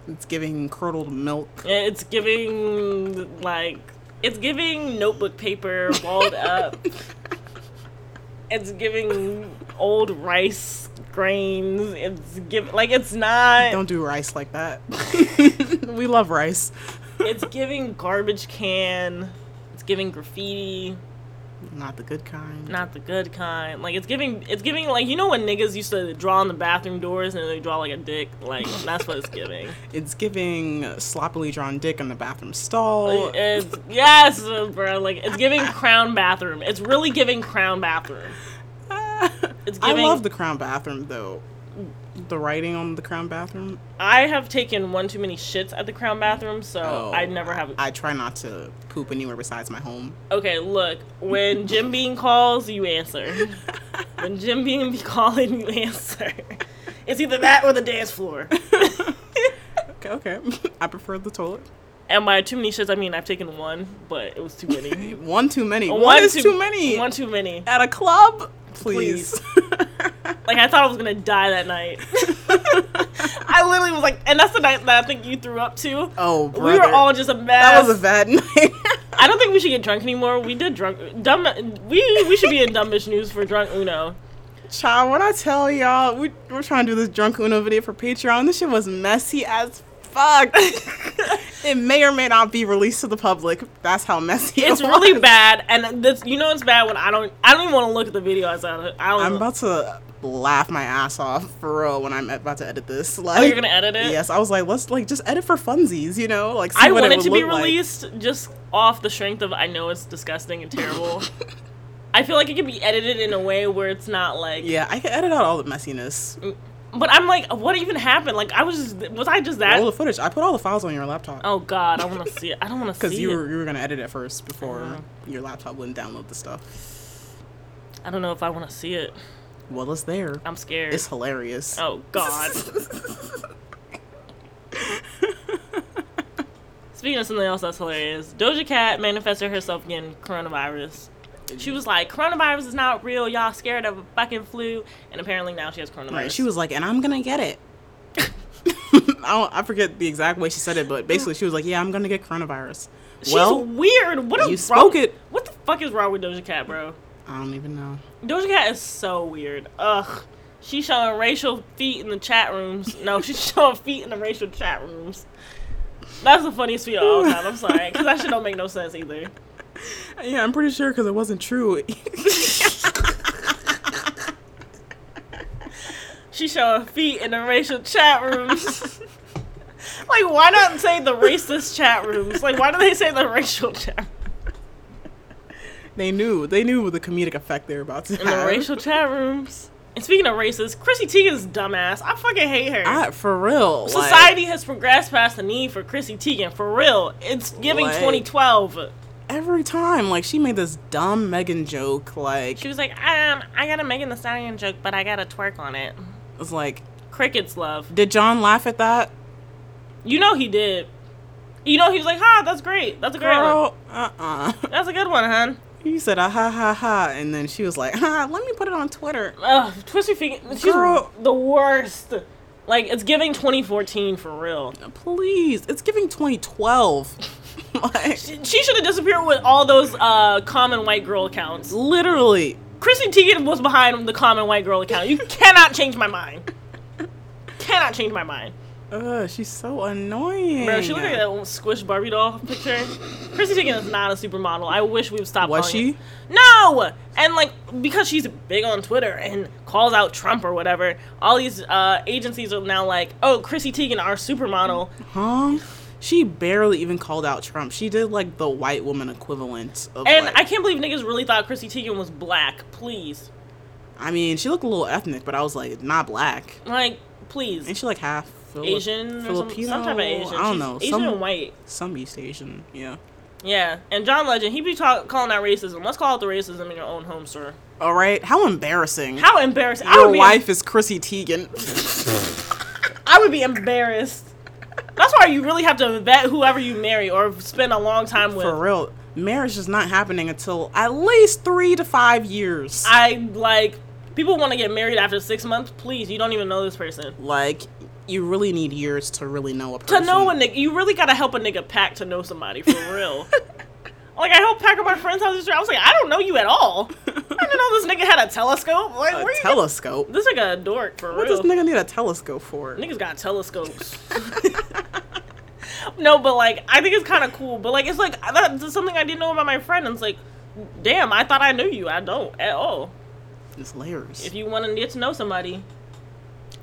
C: It's giving curdled milk.
G: it's giving like it's giving notebook paper balled (laughs) up. It's giving old rice grains. It's give like it's not.
C: Don't do rice like that. (laughs) we love rice.
G: it's giving garbage can. It's giving graffiti,
C: Not the good kind.
G: not the good kind. Like it's giving, it's giving like you know when niggas used to draw on the bathroom doors and they draw like a dick. Like that's what it's
C: (laughs)
G: giving.
C: It's giving sloppily drawn dick in the bathroom
G: Oh,
C: stall.
G: It's yes, bro. Like it's giving crown bathroom. It's really giving crown bathroom. It's
C: I
G: giving.
C: love the crown bathroom though. The writing on the crown bathroom.
G: I have taken one too many shits at the crown bathroom, so
C: Oh,
G: I never have.
C: I try not to poop anywhere besides my home.
G: Okay, look. When Jim Bean calls, you
C: (laughs)
G: answer. When Jim Bean be calling, you answer. It's either that or the dance
C: (laughs)
G: floor. (laughs)
C: Okay, okay. (laughs) I prefer the toilet.
G: and by too many shits, I mean I've taken one, but it was too many.
C: One too many. One, is too, many.
G: One too many.
C: At a club, please.
G: Like I thought I was gonna die that night. I literally was like, and that's the night that I think you threw up too.
C: Oh,
G: we were
C: brother.
G: all just a mess.
C: (laughs) That was a bad night. (laughs)
G: I don't think we should get drunk anymore. We did drunk dumb. We we should be in dumb bitch news for drunk
C: (laughs)
G: Uno.
C: Child, what I tell y'all, we, we're trying to do this drunk Uno video for Patreon. This shit was messy as (laughs) fuck. it may or may not be released to the public. That's how messy it
G: It's
C: was.
G: really bad, and this you know it's bad when I don't I don't even want to look at the video. As I don't. I don't
C: I'm about to laugh my ass off for real when I'm e-, about to edit this. Like,
G: Oh, you're gonna edit it?
C: Yes, I was like, let's like just edit for funsies, you know? Like, see
G: I
C: what
G: want it,
C: would
G: to be
C: look like.
G: released just off the strength of I know it's disgusting and
C: (laughs)
G: terrible. I feel like it could be edited in a way where it's not like.
C: Yeah, I can edit out all the messiness.
G: But I'm like, what even happened? Like I was just was I just that?
C: all the footage. I put all the files on your laptop.
G: Oh God, I want to see it. I don't
C: (laughs)
G: want to
C: Because
G: see
C: you
G: it. Uh-huh.
C: were, you were going to edit it first before your laptop wouldn't download the stuff.
G: I don't know if I want to see it.
C: Well, it's there.
G: I'm scared.
C: It's hilarious.
G: Oh
C: (laughs)
G: God. Speaking of something else that's hilarious, Doja Cat manifested herself getting coronavirus. She was like, "Coronavirus is not real. Y'all scared of a fucking flu." And apparently now she has coronavirus.
C: Right. She was like, and I'm gonna get
G: (laughs)
C: it. I, don't, I forget the exact way she said it, but basically she was like, yeah, I'm gonna get coronavirus.
G: She's
C: well,
G: weird. What is
C: you
G: wrong-
C: spoke it.
G: What the fuck is wrong with Doja Cat, bro?
C: I don't even know.
G: Doja Cat is so weird. Ugh. She's showing racial feet in the chat rooms. No, she's (laughs) showing feet in the racial chat rooms. That's the funniest tweet of all time. I'm sorry, because that shit don't make no sense either.
C: Yeah, I'm pretty sure because it wasn't true. (laughs)
G: She's showing feet in the racial chat rooms. (laughs) like, why not say the racist chat rooms? Like, why do they say the racial chat? room?
C: they knew. They knew the comedic effect they were about to
G: In the
C: have.
G: racial chat rooms. And speaking of racist, Chrissy Teigen's dumbass. I fucking hate her.
C: I, for real. like-
G: Society has progressed past the need for Chrissy Teigen. For real, it's giving
C: Like-
G: 2012.
C: every time, like she made this dumb Megan joke. Like
G: She was like, um, I got a Megan Thee Stallion joke, but I got to twerk on it.
C: it was like,
G: Crickets love.
C: did John laugh at that?
G: You know he did. You know he was like, ha, that's great. That's a great one.
C: Girl, uh (laughs) uh
G: That's a good one, hun.
C: You said ah ha ha ha, and then she was like, ha, let me put it on Twitter.
G: Ugh, Twisty Feet, she's
C: Girl.
G: the worst. Like, it's giving 2014 for real.
C: Please, it's giving 2012. (laughs) like,
G: She should have disappeared with all those uh, common white girl accounts.
C: literally,
G: Chrissy Teigen was behind the common white girl account. (laughs) You cannot change my mind. cannot change my mind.
C: Ugh, she's so annoying.
G: Bro, she looked like that old squished Barbie doll picture. Chrissy Teigen is not a supermodel. I wish we would stop.
C: Was
G: calling
C: she?
G: it- No, and like because she's big on Twitter and calls out Trump or whatever. All these uh, agencies are now like, oh, Chrissy Teigen, our supermodel.
C: Huh? She barely even called out Trump. She did like the white woman equivalent of.
G: And
C: like-
G: I can't believe niggas really thought Chrissy Teigen was black. Please,
C: I mean, she looked a little ethnic, but I was like, not black.
G: like, please.
C: Ain't she like half Fili-
G: Asian, or some,
C: Filipino?
G: some type of Asian.
C: I don't
G: She's
C: know.
G: Asian
C: some
G: and white.
C: Some East Asian. Yeah.
G: Yeah, and John Legend, he be talk- calling out racism. Let's call out the racism in your own home, sir.
C: All right. How embarrassing.
G: How embarrassing! I
C: Your
G: would be
C: wife is Chrissy Teigen.
G: I would be embarrassed. That's why you really have to vet whoever you marry or spend a long time with.
C: For real, marriage is not happening until at least three to five years.
G: I like people want to get married after six months. Please, you don't even know this person.
C: like you really need years to really know a
G: To
C: person.
G: know a nigga, you really gotta help a nigga pack to know somebody for
C: (laughs)
G: real. like I helped pack at my friend's house. yesterday. I was like, I don't know you at
C: (laughs)
G: all. I didn't know this nigga had a telescope. Like,
C: a
G: where you get-
C: telescope.
G: this nigga a dork for
C: What
G: real.
C: does nigga need a telescope for?
G: Niggas got
C: (laughs)
G: telescopes. no, but like I think it's kind of cool. But like it's like I- that's something I didn't know about my friend. And it's like, damn, I thought I knew you. I don't at all.
C: It's layers.
G: If you want to get to know somebody,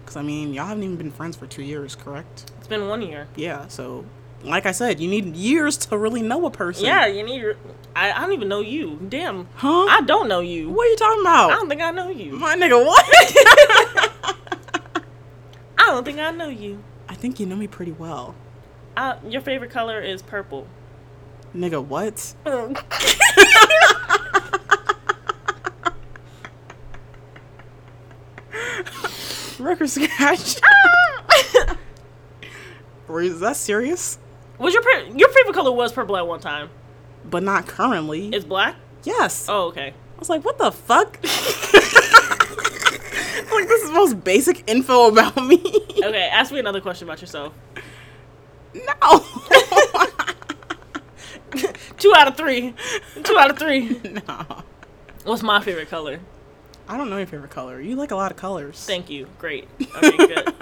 C: Because I mean, y'all haven't even been friends for two years, correct?
G: it's been one year.
C: Yeah. So, like I said, you need years to really know a person.
G: Yeah, you need. Your, I, I don't even know you. Damn.
C: Huh?
G: I don't know you.
C: What are you talking
G: I
C: about?
G: don't think I know you.
C: My nigga, what? (laughs)
G: I don't think I know you.
C: I think you know me pretty well.
G: I, your favorite color is purple.
C: Nigga,
G: (laughs)
C: what?
G: (laughs)
C: Record scratch. Were you- Is that serious?
G: Was your pur- your favorite color was purple at one time?
C: But not currently.
G: It's black.
C: yes.
G: Oh, okay. (laughs)
C: I was (laughs) like, what the fuck? like, this most basic info about me. (laughs)
G: Okay, ask me another question about yourself.
C: No. (laughs)
G: Two out of three. (laughs) Two out of three.
C: no.
G: What's my favorite color?
C: I don't know your favorite color. You like a lot of colors.
G: Thank you. Great. Okay, (laughs) good.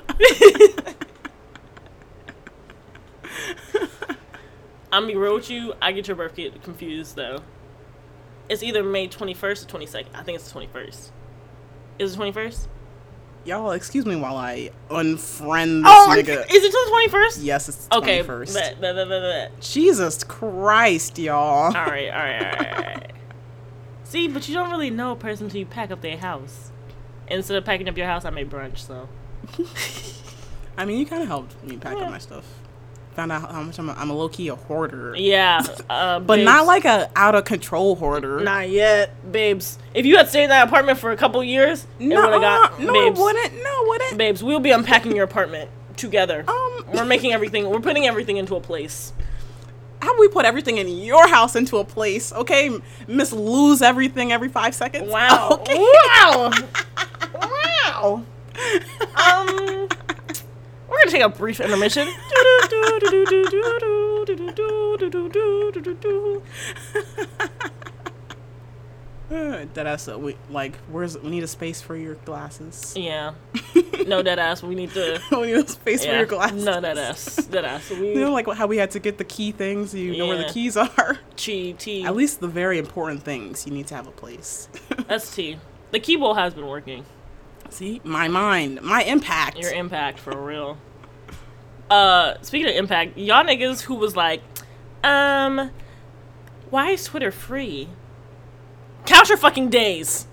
G: I'm gonna be real with you. I get your birthday confused though. It's either May 21st or 22nd. I think it's the 21st. Is it 21st?
C: (laughs) Y'all, excuse me while I unfriend this
G: oh,
C: nigga.
G: is it till the 21st?
C: yes, it's
G: Okay.
C: okay, 21st.
G: bet, bet, bet, bet, bet.
C: Jesus Christ, y'all.
G: All right, all right, all right, all (laughs) right. See, but you don't really know a person until you pack up their house. Instead of packing up your house, I made brunch, so.
C: I mean, you kind of helped me pack
G: Yeah.
C: up my stuff. Found out how much I'm a, I'm a low key a
G: (laughs)
C: hoarder.
G: Yeah. Uh,
C: But
G: babes.
C: not like a out of control hoarder.
G: Not yet, babes. If you had stayed in that apartment for a couple years, it would
C: no,
G: have got.
C: no, it
G: babes,
C: wouldn't. No, it wouldn't.
G: Babes, we'll be unpacking your apartment together.
C: Um,
G: we're making everything, we're putting everything into a place.
C: How we put everything in your house into a place, okay? Miss lose everything every five seconds.
G: Wow.
C: (laughs) Okay.
G: Wow. wow. (laughs) Um, we're going to take a brief intermission. (laughs)
C: That ass. uh, We like. Where's we need a space for your (laughs) glasses.
G: yeah. No, dead ass. We need to.
C: (laughs) we need a space
G: (laughs)
C: for
G: Yeah.
C: your glasses.
G: No, dead (laughs) ass. Dead ass. We,
C: (laughs) You know, like how we had to get the key things. You know where
G: Yeah.
C: the keys are. (laughs)
G: Chi, tea.
C: At least the very important things. You need to have a place. (laughs)
G: That's tea. The key bowl has been working.
C: See, my mind, my impact. (laughs)
G: Your impact for real. Uh, speaking of impact, y'all niggas who was like, um, why is Twitter free? Count your fucking days.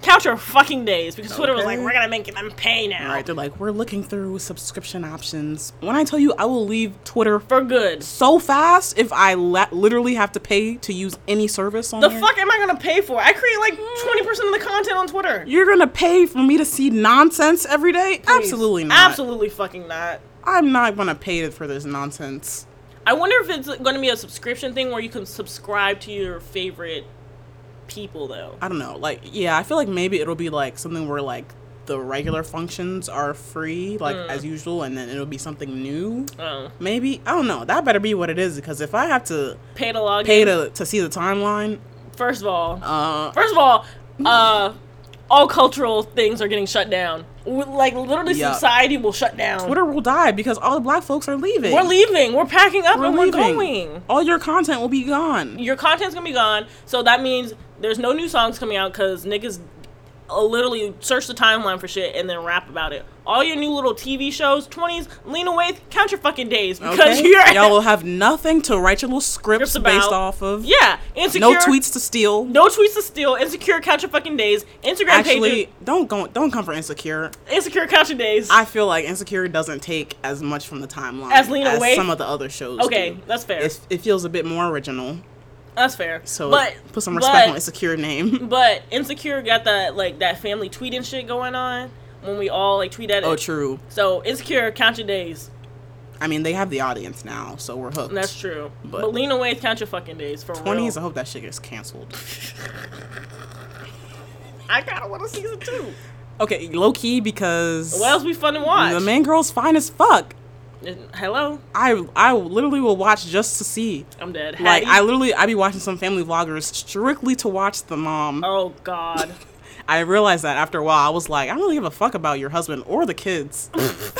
G: Count your fucking days because Twitter was like,
C: Okay.
G: we're gonna make them pay now
C: All right, they're like, we're looking through subscription options. When I tell you, I will leave Twitter
G: for good.
C: so fast if I la- literally have to pay to use any service on
G: The
C: there.
G: fuck am I gonna pay for? I create like twenty percent of the content on Twitter.
C: You're gonna pay for me to see nonsense every day? Absolutely not.
G: Absolutely fucking not.
C: I'm not gonna pay for this nonsense.
G: I wonder if it's gonna be a subscription thing where you can subscribe to your favorite people though.
C: I don't know. Like, yeah, I feel like maybe it'll be like something where like the regular functions are free, like as usual, and then it'll be something new.
G: Mm. Oh,
C: Maybe I don't know. That better be what it is because if I have to
G: pay to log
C: pay
G: in.
C: to to see the timeline,
G: First of all,
C: uh,
G: First of all, uh, all cultural things are getting shut down. We- Like literally,
C: Yeah.
G: society will shut down.
C: Twitter will die because all the black folks are leaving.
G: We're leaving. We're packing up
C: We're
G: and
C: leaving.
G: we're going.
C: All your content will be gone.
G: Your content's gonna be gone. So that means there's no new songs coming out because niggas uh, literally search the timeline for shit and then rap about it. All your new little TV shows, twenties, lean away, count your fucking days because (laughs)
C: Okay?
G: you're
C: Y'all will have nothing to write your little scripts
G: Scripts
C: based
G: about-
C: off of.
G: yeah insecure.
C: No tweets to steal.
G: No tweets to steal. Insecure, count your fucking days. Instagram
C: Actually,
G: pages.
C: don't go. Don't come for insecure.
G: Insecure, count your days.
C: I feel like insecure doesn't take as much from the timeline
G: As Lena Waithe?
C: some of the other shows.
G: (laughs) okay,
C: (laughs) do.
G: that's fair.
C: It, it feels a bit more original.
G: That's fair.
C: So
G: but
C: put some respect
G: but,
C: on
G: (laughs)
C: insecure name. (laughs)
G: But insecure got that like that family tweeting shit going on when we all like tweet at it.
C: Oh, true.
G: So insecure, count your days.
C: I mean, they have the audience now, so we're hooked.
G: That's true. But,
C: But-
G: lean away, count your fucking days for
C: Twenties. I
G: real.
C: hope that shit gets canceled.
G: I kinda want a season two.
C: Okay, low key because
G: What else we fun to watch?
C: the main girl's fine as fuck.
G: Hello,
C: I I literally will watch just to see.
G: I'm dead.
C: Like
G: Hattie?
C: I literally I be watching some family vloggers strictly to watch the mom.
G: Oh God.
C: I realized that after a while I was like, I don't really give a fuck about your husband or
G: (laughs)
C: the kids.
G: this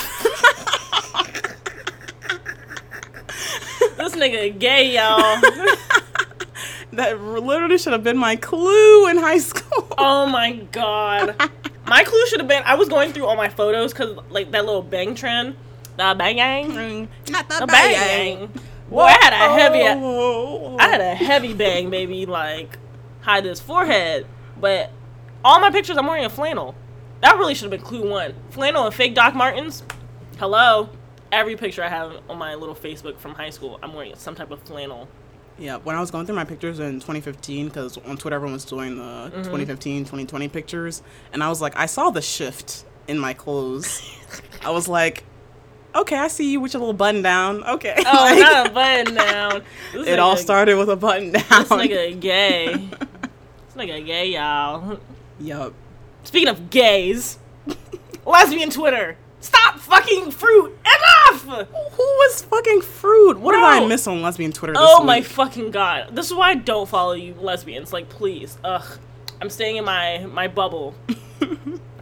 G: nigga gay, y'all. (laughs)
C: that literally should have been my clue in high school.
G: Oh my god. My clue should have been I was going through all my photos because like that little bang trend, the bang gang,
C: Not
G: the bang gang. Boy, I had a heavy,
C: Oh.
G: I had a heavy bang, baby. Like hide this forehead, but all my pictures I'm wearing a flannel. That really should have been clue one. Flannel and fake Doc Martens. Hello. Every picture I have on my little Facebook from high school, I'm wearing some type of
C: (laughs)
G: flannel.
C: Yeah, when I was going through my pictures in 2015, because on Twitter everyone was doing the
G: Mm-hmm.
C: 2015, 2020 pictures, and I was like, I saw the shift in
G: (laughs)
C: my clothes. I was like, okay, I see you with your little button down. Okay. (laughs)
G: Oh,
C: Like,
G: not a button down. This
C: it all
G: nigga-
C: started with a button
G: This
C: down.
G: nigga gay. This nigga gay, y'all.
C: (laughs) Yup. (laughs)
G: Speaking of gays, lesbian Twitter. Stop fucking fruit. Enough.
C: Who was fucking fruit? What did I
G: Bro.
C: miss on lesbian Twitter? This
G: Oh my
C: week?
G: fucking god! This is why I don't follow you lesbians. Like, please, ugh, I'm staying in my my bubble
C: (laughs)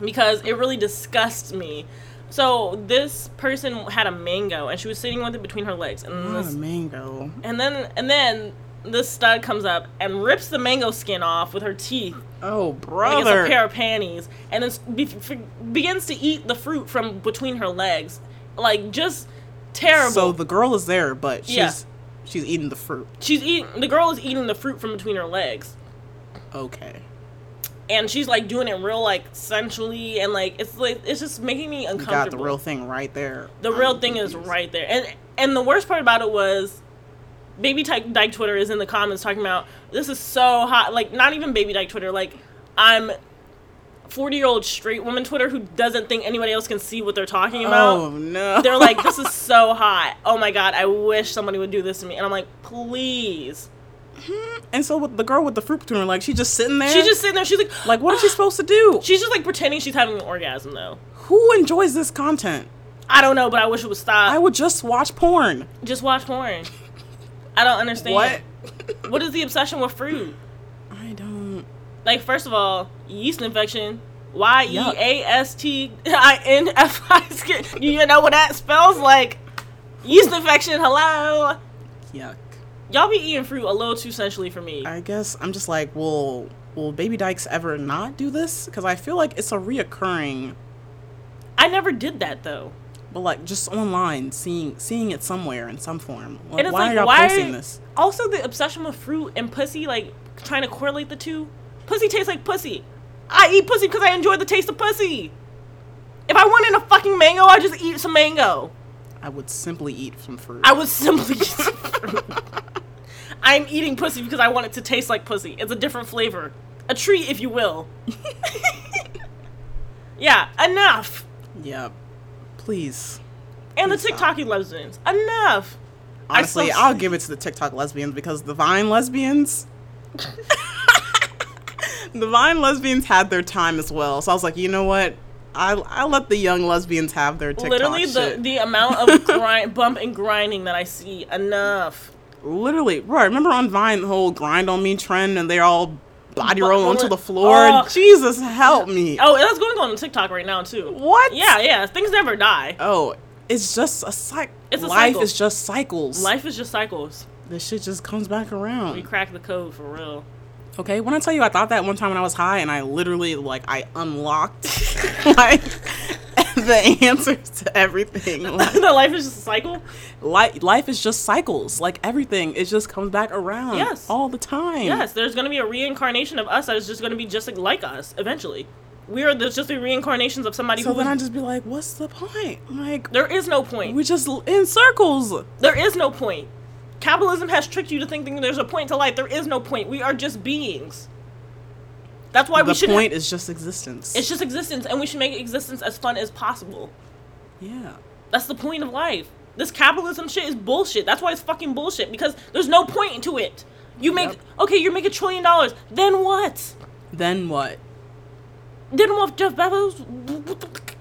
G: because it really disgusts me. So this person had a mango and she was sitting with it between her legs, and
C: Not a
G: this,
C: mango.
G: and then and then this stud comes up and rips the mango skin off with her teeth
C: Oh
G: like it's a
C: brother.
G: pair of panties, and then s- be- f- begins to eat the fruit from between her legs, like just terrible.
C: So the girl is there, but she's
G: Yeah.
C: she's eating the fruit.
G: She's eating. The girl is eating the fruit from between her legs.
C: Okay.
G: and she's like doing it real like sensually and like it's like it's just making me
C: You got the
G: uncomfortable.
C: real thing right there.
G: the real thing is right there, and and the worst part about it was. Baby Tyke Dyke Twitter is in the comments talking about this is so hot. Like, not even Baby Dyke Twitter. Like, I'm 40 year old straight woman Twitter who doesn't think anybody else can see what they're talking about.
C: Oh no.
G: They're like, this is so hot. Oh my God, I wish somebody would do this to me. And I'm like, please.
C: (laughs) and so with the girl with the fruit between her legs, she's just sitting there.
G: She's just sitting there. She's like, "Oh,
C: like,
G: (sighs)
C: what is she supposed to do?
G: she's just like pretending she's having an orgasm though.
C: Who enjoys this content?
G: I don't know, but I wish it would stop.
C: I would just watch porn.
G: Just watch porn. I don't understand.
C: What?
G: What is the obsession with fruit?
C: I don't.
G: Like, first of all, yeast infection. Y e a s t i n f i. (laughs) You know what that spells? Like, yeast infection. Hello.
C: Yuck.
G: Y'all be eating fruit a little too sensually for me.
C: I guess I'm just like, will will Baby Dykes ever not do this? Because I feel like it's a reoccurring,
G: I never did that though.
C: but like just online, seeing seeing it somewhere in some form.
G: And
C: Like,
G: it's
C: why
G: like,
C: are y'all
G: why?
C: posting this?
G: Also, the obsession with fruit and pussy, like trying to correlate the two. Pussy tastes like pussy. I eat pussy because I enjoy the taste of pussy. If I wanted a fucking mango, I just eat some mango.
C: I would simply eat some fruit.
G: I would simply. (laughs) eat some fruit. (laughs) I'm eating pussy because I want it to taste like pussy. It's a different flavor, a treat, if you
C: (laughs)
G: will. yeah, enough.
C: yeah. Please.
G: And the TikToky lesbians, enough. I
C: Honestly,
G: so-
C: I'll give it to the TikTok lesbians because the
G: (laughs)
C: Vine lesbians. the Vine lesbians had their time as well. So I was like, you know what? I I let the young lesbians have their TikTok
G: Literally, the,
C: shit.
G: the amount
C: (laughs)
G: of grind, bump and grinding that I see, enough.
C: Literally, right? Remember on Vine the whole grind on me trend, and they're all body
G: Bu-
C: roll onto
G: oh.
C: the floor. Jesus, help me!
G: Oh, and that's going on TikTok right now too.
C: What?
G: Yeah, yeah. Things never die.
C: Oh, it's just a cycle.
G: It's a
C: Life
G: cycle.
C: is just cycles.
G: Life is just cycles.
C: This shit just comes back
G: We
C: around.
G: crack the code for real. (laughs)
C: Okay, when I tell you I thought that one time when I was high and I literally like I unlocked (laughs) like the answers
G: (laughs)
C: to everything. Like,
G: the life is just a
C: (laughs)
G: cycle.
C: li- life is just cycles. Like everything, it just comes back around.
G: Yes.
C: all the time.
G: Yes, there's gonna be a reincarnation of us that is just gonna be just like, like us eventually. We are there's just the reincarnations of somebody
C: So
G: who
C: then I
G: was-
C: just be like, what's the point? Like
G: there is no point.
C: we just l- in circles.
G: there is no point. Capitalism has tricked you to thinking there's a point to life. There is no point. We are just beings. That's why we
C: the
G: should
C: point is just existence.
G: it's just existence and we should make existence as fun as possible.
C: yeah.
G: That's the point of life. This capitalism shit is bullshit. That's why it's fucking bullshit because there's no point to it. You make
C: Yep.
G: okay, you make a trillion dollars. Then what?
C: Then what?
G: Then what? Jeff Bezos? What the fuck?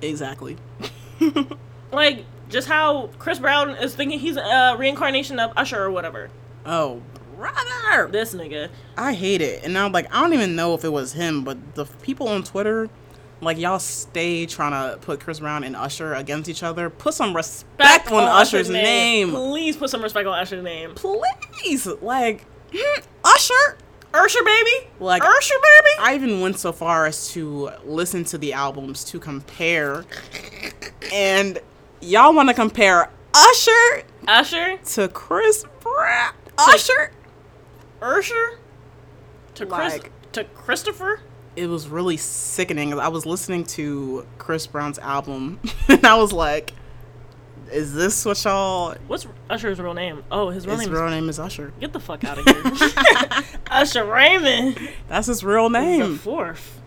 C: Exactly.
G: Like just how Chris Brown is thinking he's a reincarnation of Usher or whatever.
C: Oh, brother.
G: This nigga.
C: I hate it. And now, like, I don't even know if it was him, but the people on Twitter, like, y'all stay trying to put Chris Brown and Usher against each other. Put some respect on, Usher's name.
G: Please put some respect on Usher's name.
C: Please. Like, hmm, Usher.
G: Usher baby.
C: Like,
G: Usher baby.
C: I even went so far as to listen to the albums to compare. And y'all want to compare Usher
G: Usher.
C: to Chris Brown. Usher.
G: Usher. To Chris.
C: Like-
G: to Christopher.
C: it was really sickening. I was listening to Chris Brown's album (laughs) and I was like, is this what y'all
G: What's Usher's real name? Oh, his real
C: his
G: name
C: real
G: is
C: name is Usher.
G: Get the fuck out of here.
C: (laughs)
G: Usher Raymond.
C: That's his real
G: The
C: name.
G: fourth.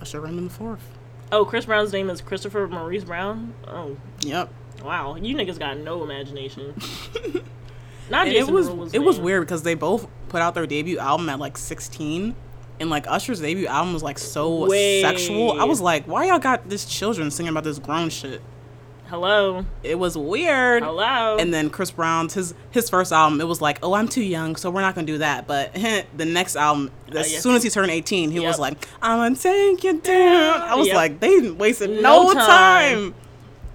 C: Usher Raymond the fourth.
G: Oh, Chris Brown's name is Christopher Maurice Brown? Oh,
C: Yep.
G: wow. You niggas got no
C: (laughs)
G: imagination. Not
C: And
G: Jason
C: it was
G: Derulo's
C: it was
G: name.
C: weird because they both put out their debut album at like sixteen and like Usher's debut album was like so
G: Way-
C: sexual. I was like, why y'all got this children singing about this grown shit?
G: Hello.
C: It was weird.
G: Hello.
C: And then Chris Brown's his his first album, it was like, oh, I'm too young, so we're not gonna do that. But the next album, as
G: Oh, yeah.
C: soon as he turned 18, he was
G: Yep.
C: like, I'm gonna take you down. I was
G: Yep.
C: like, they wasted
G: No
C: no,
G: time.
C: time.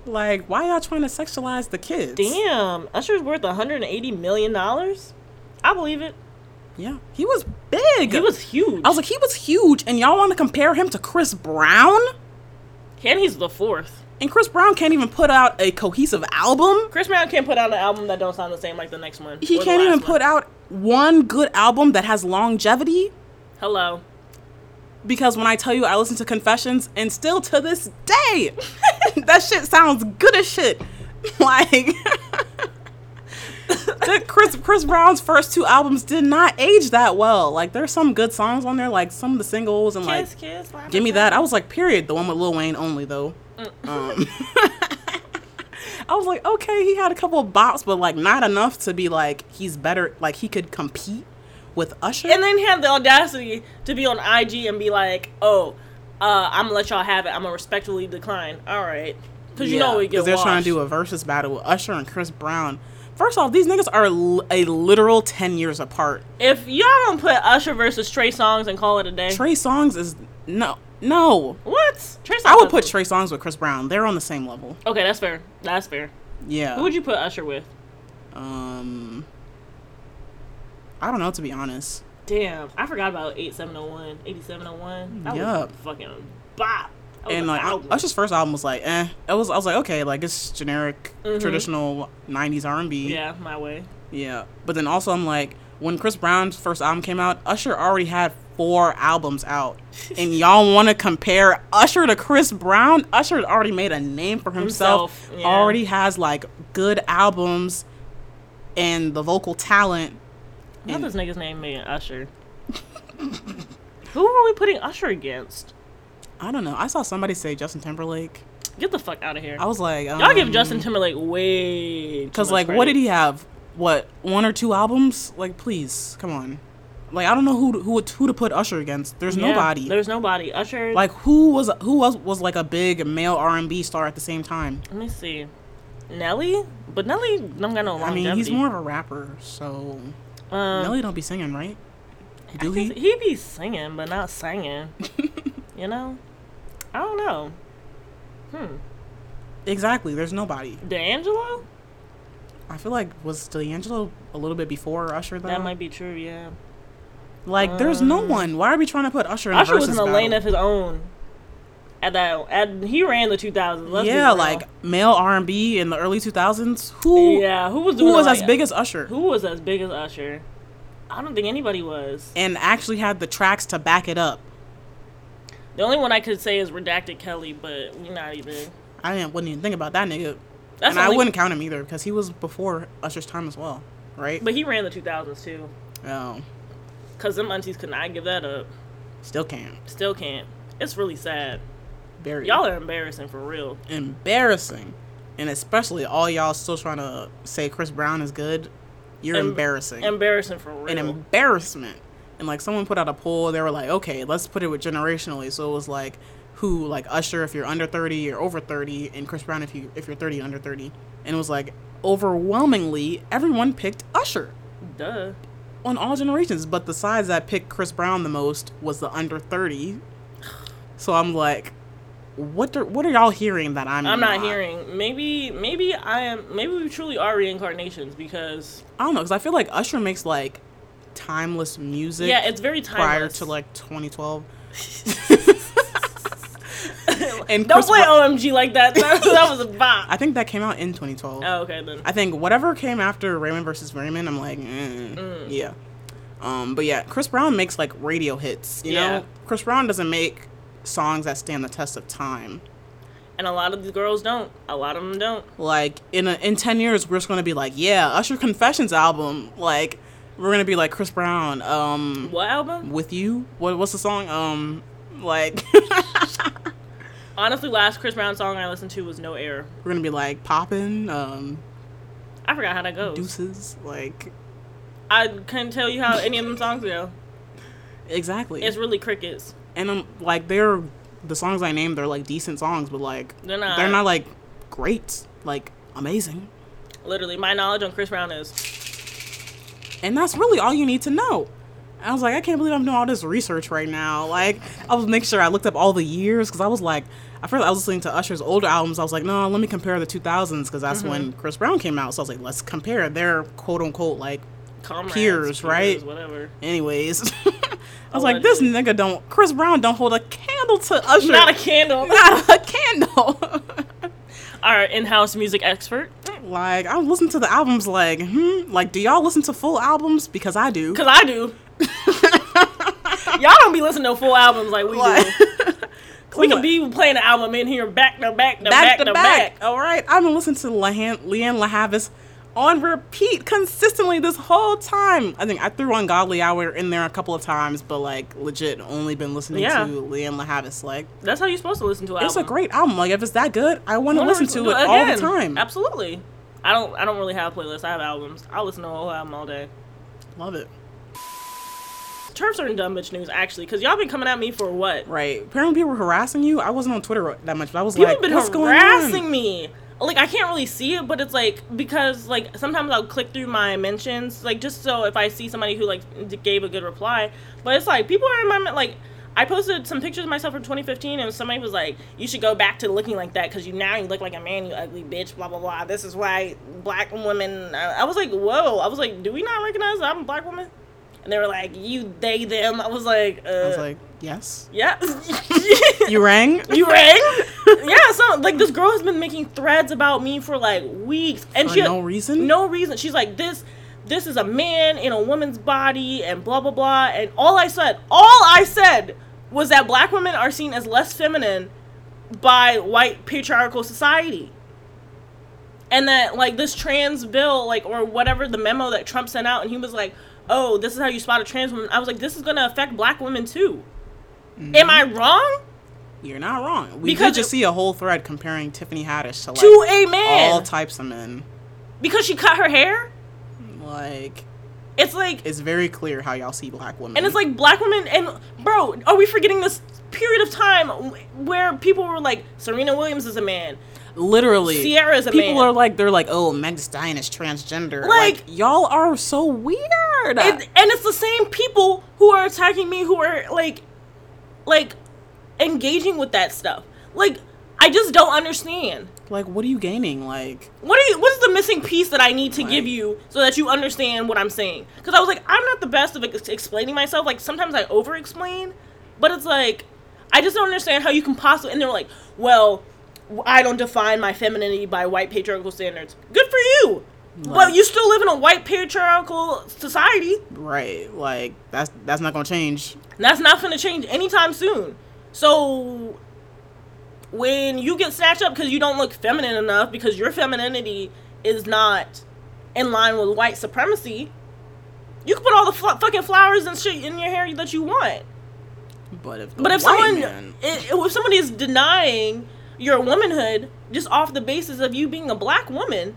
C: Like, why y'all trying to sexualize the kids?
G: Damn, Usher's worth 180 million dollars. I believe it.
C: Yeah, he was big.
G: He was huge.
C: I was like, he was huge, and y'all want to compare him to Chris Brown?
G: and he's the fourth.
C: And Chris Brown can't even put out a cohesive album.
G: Chris Brown can't put out an album that don't sound the same like the next one.
C: He
G: or the
C: can't
G: last
C: even
G: one.
C: put out one good album that has longevity.
G: Hello.
C: Because when I tell you I listen to Confessions, and still to this day, (laughs) that shit sounds good as shit. (laughs) Like, (laughs) the Chris Chris Brown's first two albums did not age that well. Like, there's some good songs on there, like some of the singles and like
G: Kiss, kiss, slap
C: Give me
G: it
C: that. I
G: down.
C: was like, period. The one with Lil Wayne only, though. Um, (laughs) I was like, okay, he had a couple of bops, but like not enough to be like he's better. Like he could compete with Usher.
G: And then he had the audacity to be on IG and be like, "Oh, uh, I'm gonna let y'all have it. I'm gonna respectfully decline." All right, because you know we get.
C: they're trying to do
G: washed.
C: a versus battle with Usher and Chris Brown. First off, these niggas are l- a literal ten years apart.
G: If y'all don't put Usher versus Trey Songs and call it a day,
C: Trey Songs is no, no.
G: what? Trey Songs.
C: I would put
G: doesn't-
C: Trey Songs with Chris Brown. They're on the same level.
G: Okay, that's fair. That's fair.
C: Yeah.
G: Who would you put Usher with?
C: um, I don't know to be honest.
G: Damn, I forgot about 8701, 8701. That was
C: Yup.
G: a fucking bop. That was
C: and
G: an
C: like
G: Oh, album.
C: Usher's first album was like, eh. It was I was like, okay, like it's generic, traditional '90s R&B.
G: Mm-hmm. yeah, my way.
C: Yeah. But then also I'm like, when Chris Brown's first album came out, Usher already had four albums
G: (laughs)
C: out, and y'all want to compare Usher to Chris Brown? Usher had already made a name for himself.
G: Himself, yeah.
C: Already has like good albums, and the vocal talent.
G: I thought this nigga's name made
C: (laughs)
G: Usher. Who are we putting Usher against?
C: I don't know. I saw somebody say Justin Timberlake.
G: Get the fuck out of here.
C: I was like, um,
G: Y'all give Justin Timberlake way
C: Because, like, what did he have? What, one or two albums? Like, please, come on. Like, I don't know who to, who, to- who to put Usher against. There's nobody.
G: There's nobody. Usher. Like,
C: like, who was who was was like a big male R and B star at the same time?
G: let me see. Nelly, but Nelly don't got no
C: I
G: longevity.
C: mean, he's more of a rapper, so
G: Um,
C: Nelly don't be singing, right? Do
G: he?
C: he?
G: he be singing, but not
C: (laughs)
G: singing. you know, I don't know.
C: Exactly. There's nobody.
G: D'Angelo?
C: I feel like was D'Angelo a little bit before Usher though.
G: That might be true. Yeah.
C: like, there's no one. Why are we trying to put Usher in a
G: Usher was in
C: versus
G: a lane
C: battle?
G: of his own. At that, at he ran the 2000s. Let's be
C: yeah,
G: real.
C: like male R and B in the early 2000s. Who?
G: yeah. Who was
C: Who
G: doing
C: was
G: like,
C: as big as Usher?
G: Who was as big as Usher? I don't think anybody was.
C: and actually had the tracks to back it up.
G: The only one I could say is Redacted Kelly, but we not even.
C: I didn't wouldn't even think about that nigga,
G: That's
C: and I
G: only-
C: wouldn't count him either because he was before Usher's time as well, right?
G: But he ran the 2000s too,
C: oh,
G: cause them aunties could not give that up.
C: still can't.
G: Still can't. It's really sad.
C: Very
G: Y'all are embarrassing for real.
C: embarrassing, and especially all y'all still trying to say Chris Brown is good. You're
G: Em-
C: embarrassing,
G: Embarrassing for real.
C: an embarrassment. And like someone put out a poll, they were like, okay, let's put it with generationally. So it was like, who like Usher if you're under 30 or over 30, and Chris Brown if you if you're 30 and under 30, and it was like overwhelmingly everyone picked Usher.
G: Duh.
C: on all generations. But the size that picked Chris Brown the most was the under thirty. So I'm like, what? Are, what are y'all hearing that I'm?
G: I'm not hearing. Maybe, maybe I am. Maybe we truly are reincarnations because
C: I don't know because I feel like Usher makes like timeless music.
G: yeah, it's very timeless.
C: prior to like
G: (laughs)
C: 2012. and
G: Don't
C: Chris
G: play
C: Bro-
G: OMG like that. (laughs) That, that was a bop.
C: I think that came out in 2012.
G: Oh, okay then.
C: I think whatever came after Raymond versus Raymond, I'm like, mm, yeah. Um, but yeah, Chris Brown makes like radio hits. You
G: Yeah.
C: know, Chris Brown doesn't make songs that stand the test of time.
G: and a lot of these girls don't. A lot of them don't.
C: Like in a, in ten years, we're just gonna be like, yeah, Usher Confessions album. Like we're gonna be like Chris Brown. Um,
G: What album?
C: with you. What what's the song? Um, like (laughs)
G: Honestly, last Chris Brown song I listened to was No Air.
C: we're gonna be like popping. Um,
G: I forgot how that goes.
C: deuces. Like
G: I couldn't tell you how any of them songs go.
C: Exactly.
G: It's really crickets.
C: and I'm like they're the songs I named they're like decent songs, but like
G: They're not.
C: they're not like great, like amazing.
G: Literally, my knowledge on Chris Brown is
C: And that's really all you need to know. I was like, I can't believe I'm doing all this research right now. Like, I was make sure I looked up all the years because I was like, at first I was listening to Usher's older albums. I was like, no, let me compare the 2000s because that's when
G: Mm-hmm.
C: Chris Brown came out. So I was like, let's compare their quote unquote like
G: comrades,
C: Peers, right?
G: Whatever.
C: Anyways, (laughs) I was like, this nigga don't, Chris Brown don't hold a candle to Usher.
G: Oh, Not a candle.
C: (laughs) Not a candle.
G: (laughs)
C: (laughs)
G: Our in-house music expert.
C: like, I listen to the albums like, hmm, like, do y'all listen to full albums? Because I do.
G: Cause I do. Y'all don't be listening to full albums like we
C: Like-
G: do. (laughs) We could be playing an album in here back to back to back,
C: back, to back. All right, I've been listening to Lehan- Leanne LaHavis on repeat consistently this whole time. I think I threw Ungodly Hour in there a couple of times, but like legit, only been listening
G: Yeah.
C: to Leanne LaHavis. Like,
G: That's how you're supposed to listen to an
C: it's a
G: album.
C: great album. Like, if it's that good, I want to
G: Wanna
C: listen to it all the
G: again.
C: time.
G: Absolutely. I don't. I don't really have playlists. I have albums. I listen to a whole album all day.
C: Love it.
G: Turfs are in dumb bitch news actually, because y'all been coming at me for what?
C: Right. Apparently, people were harassing you. I wasn't on Twitter that much, but I was
G: People
C: like,
G: been
C: what's going
G: harassing
C: on?
G: me. Like I can't really see it, but it's like because like sometimes I'll click through my mentions, like just so if I see somebody who like d- gave a good reply. But it's like people are in my men- like. I posted some pictures of myself from 2015, and somebody was like, "You should go back to looking like that because you now you look like a man, you ugly bitch." Blah blah blah. This is why black women. I, I was like, "Whoa!" I was like, "Do we not recognize that I'm a black woman?" And they were like, "You they them." I was like, uh,
C: I was like,
G: (laughs)
C: yes.
G: "Yeah."
C: You rang?
G: You rang? (laughs) yeah, so like this girl has been making threads about me for like weeks, and
C: For
G: she
C: no reason?
G: No reason. She's like this. This is a man in a woman's body, and blah blah blah. And all I said, all I said, was that black women are seen as less feminine by white patriarchal society, and that like this trans bill, like or whatever the memo that Trump sent out, and he was like, "Oh, this is how you spot a trans woman." I was like, "This is gonna affect black women too."
C: Mm-hmm.
G: Am I wrong?
C: You're not wrong. We
G: Because
C: did just
G: it-
C: see a whole thread comparing Tiffany Haddish to like
G: To a man.
C: all types of men.
G: because she cut her hair.
C: Like
G: It's like,
C: it's very clear how y'all see black women.
G: and it's like black women, and bro, are we forgetting this period of time where people were like, Serena Williams is a man.
C: literally
G: Sierra's a
C: people
G: man.
C: are like they're like oh Meg Thee Stallion is transgender.
G: Like-
C: Like, y'all are so weird.
G: It, and it's the same people who are attacking me who are like, like, engaging with that stuff. Like, I just don't understand.
C: like what are you gaining? Like
G: What are you? What's the missing piece that I need to give you so that you understand what I'm saying? Because I was like, I'm not the best of ex- explaining myself. Like sometimes I over-explain, but it's like I just don't understand how you can possibly. And they're like, well, w- I don't define my femininity by white patriarchal standards. Good for you, but
C: Right.
G: you still live in a white patriarchal society.
C: right? Like that's that's not gonna change.
G: That's not gonna change anytime soon. So when you get snatched up because you don't look feminine enough because your femininity is not in line with white supremacy, you can put all the fl- fucking flowers and shit in your hair that you want.
C: But if the
G: But if
C: white
G: someone,
C: man-
G: i- if somebody is denying your womanhood just off the basis of you being a black woman,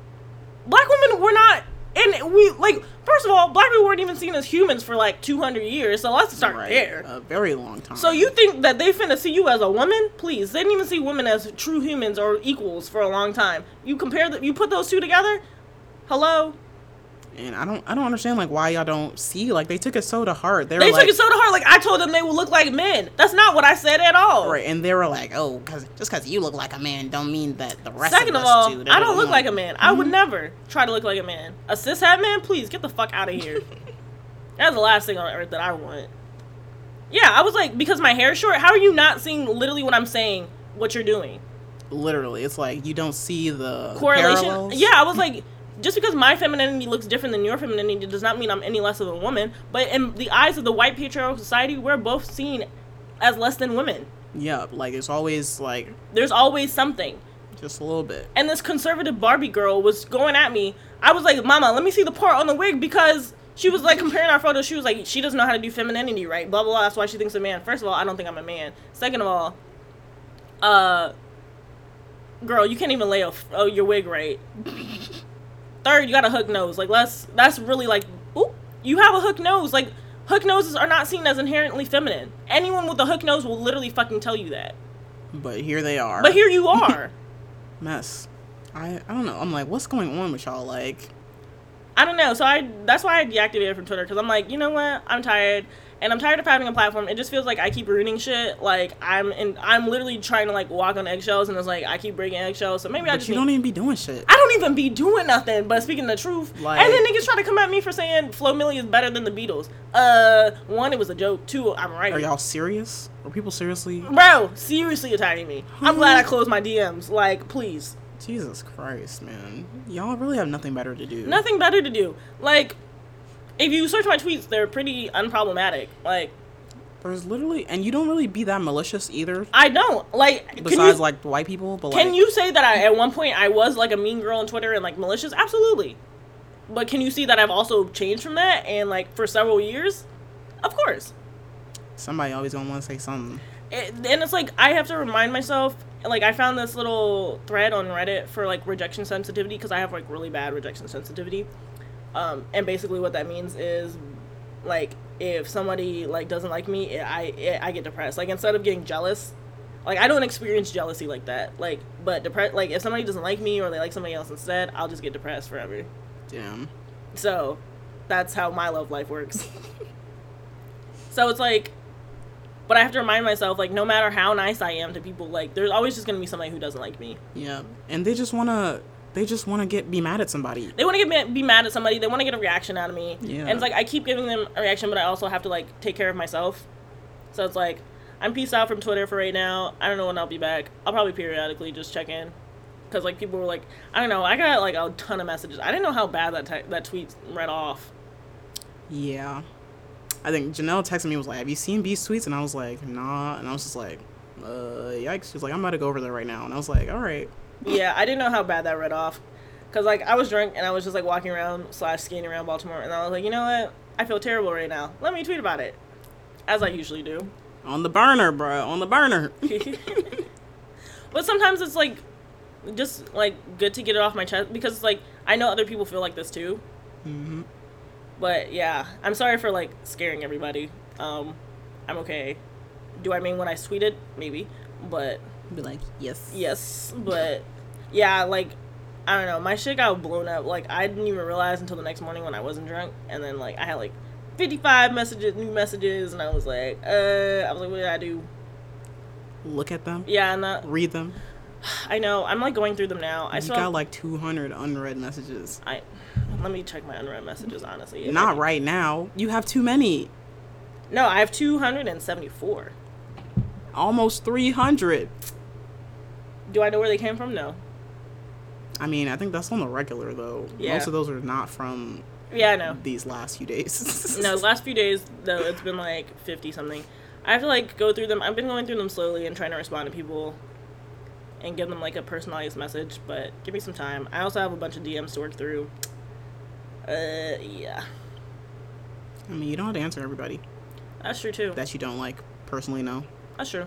G: black women were not, and we like first of all, black people weren't even seen as humans for like two hundred years. So let's start
C: right,
G: there.
C: a very long time.
G: So you think that they finna see you as a woman? Please, they didn't even see women as true humans or equals for a long time. You compare the, you put those two together. Hello,
C: and I don't I don't understand like why y'all don't see like they took it so to heart. They,
G: they
C: were like,
G: took it so to heart. Like I told them they would look like men. That's not what I said at all.
C: Right, and they were like, "Oh, cause just cause you look like a man, don't mean that the rest."
G: Second
C: of,
G: of
C: us
G: all,
C: do.
G: I don't look like a man. I would
C: Mm-hmm.
G: never try to look like a man. A cis hat man, please get the fuck out of
C: (laughs)
G: here. That's the last thing on earth that I want. Yeah, I was like, because my hair is short. How are you not seeing literally what I'm saying? What you're doing?
C: Literally, it's like you don't see the
G: correlation.
C: parallels.
G: Yeah, I was like, just because my femininity looks different than your femininity does not mean I'm any less of a woman. But in the eyes of the white patriarchal society, we're both seen as less than women.
C: yeah. Like it's always like
G: There's always something.
C: just a little bit.
G: And this conservative Barbie girl was going at me. I was like, Mama, let me see the part on the wig because she was like comparing our photos. She was like, she doesn't know how to do femininity right. Blah blah. blah. That's why she thinks a man. First of all, I don't think I'm a man. Second of all, uh, girl, you can't even lay a f- oh, your wig right. Third, you got a hook nose. Like that's that's really like, oop, you have a hook nose. Like Hook noses are not seen as inherently feminine. Anyone with a hook nose will literally fucking tell you that.
C: But here they are.
G: But here you are.
C: mess. I I don't know. I'm like, what's going on with y'all? Like,
G: I don't know. So I that's why I deactivated from Twitter because I'm like, you know what? I'm tired, and I'm tired of having a platform. It just feels like I keep ruining shit. Like I'm and I'm literally trying to like walk on eggshells, and it's like I keep breaking eggshells. So maybe I
C: but
G: just
C: you
G: need-
C: don't e-, even be doing shit.
G: I don't even be doing nothing but speaking the truth.
C: Like-
G: and then niggas try to come at me for saying Flo Milli is better than the Beatles. Uh, one, it was a joke. Two, I'm right.
C: Are y'all serious? Are people seriously?
G: Bro, seriously attacking me. I'm glad I closed my DMs. Like, please.
C: Jesus Christ, man. Y'all really have nothing better to do.
G: Nothing better to do. Like, if you search my tweets, they're pretty unproblematic. Like,
C: There's literally, and you don't really be that malicious either.
G: I don't. Like, can
C: Besides,
G: you-
C: like white people, but
G: Can
C: like,
G: you say that I, at one point I was like a mean girl on Twitter and like malicious? Absolutely. But can you see that I've also changed from that and like for several years? Of course.
C: somebody always gonna want to say something.
G: It, and it's like I have to remind myself like I found this little thread on Reddit for like rejection sensitivity because I have like really bad rejection sensitivity. Um, and basically what that means is like if somebody like doesn't like me, it, I it, I get depressed. Like instead of getting jealous, like I don't experience jealousy like that. Like but depressed like if somebody doesn't like me or they like somebody else instead, I'll just get depressed forever.
C: Damn.
G: So that's how my love life works. so it's like, but I have to remind myself, like, no matter how nice I am to people, like, there's always just gonna be somebody who doesn't like me.
C: Yeah. And they just wanna, they just wanna get be mad at somebody.
G: They wanna get ma- be mad at somebody, they wanna get a reaction out of me.
C: Yeah.
G: And it's like, I keep giving them a reaction, but I also have to, like, take care of myself. So it's like, I'm peace out from Twitter for right now. I don't know when I'll be back. I'll probably periodically just check in. Because, like, people were like, I don't know, I got, like, a ton of messages. I didn't know how bad that, t- that tweet read off.
C: Yeah. I think Janelle texted me was like, "Have you seen Beast tweets?" And I was like, "Nah." And I was just like, "Uh, yikes." She's like, "I'm about to go over there right now." And I was like, "All right."
G: Yeah, I didn't know how bad that read off. Cause like I was drunk and I was just like walking around slash skating around Baltimore and I was like, you know what? I feel terrible right now. Let me tweet about it. As I usually do. (laughs)
C: On the burner, bro. On the burner.
G: But sometimes it's like just like good to get it off my chest because it's like I know other people feel like this too. Mm-hmm. But yeah, I'm sorry for like scaring everybody. Um, I'm okay. Do I mean when I tweeted? Maybe. But
C: be like, "Yes."
G: Yes, but yeah, like I don't know, my shit got blown up. Like I didn't even realize until the next morning when I wasn't drunk, and then like I had like fifty five messages, new messages, and I was like, uh, I was like, what did I do?
C: Look at them.
G: Yeah, and that,
C: Read them.
G: I know I'm like going through them now. I
C: you
G: still
C: got like 200 unread messages.
G: I let me check my unread messages honestly. if
C: Not
G: I-
C: right now. You have too many.
G: No, I have two hundred and seventy four.
C: Almost 300.
G: Do I know where they came from? No.
C: I mean, I think that's on the regular though.
G: Yeah.
C: Most of those are not from
G: Yeah, I know.
C: these last few days.
G: No, the last few days though it's been like fifty something. I have to like go through them. I've been going through them slowly and trying to respond to people and give them like a personalized message, but give me some time. I also have a bunch of DMs to work through. Uh yeah.
C: I mean, you don't have to answer everybody
G: That's true too.
C: that you don't like personally. No.
G: That's true.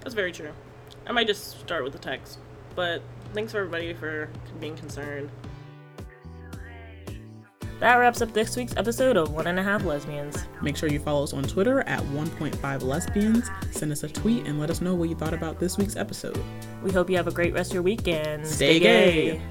G: That's very true. I might just start with the text. But thanks for everybody for being concerned. That wraps up this week's episode of One and a Half Lesbians.
C: Make sure you follow us on Twitter at 1.5 lesbians. Send us a tweet and let us know what you thought about this week's episode.
G: We hope you have a great rest of your weekend.
C: Stay gay.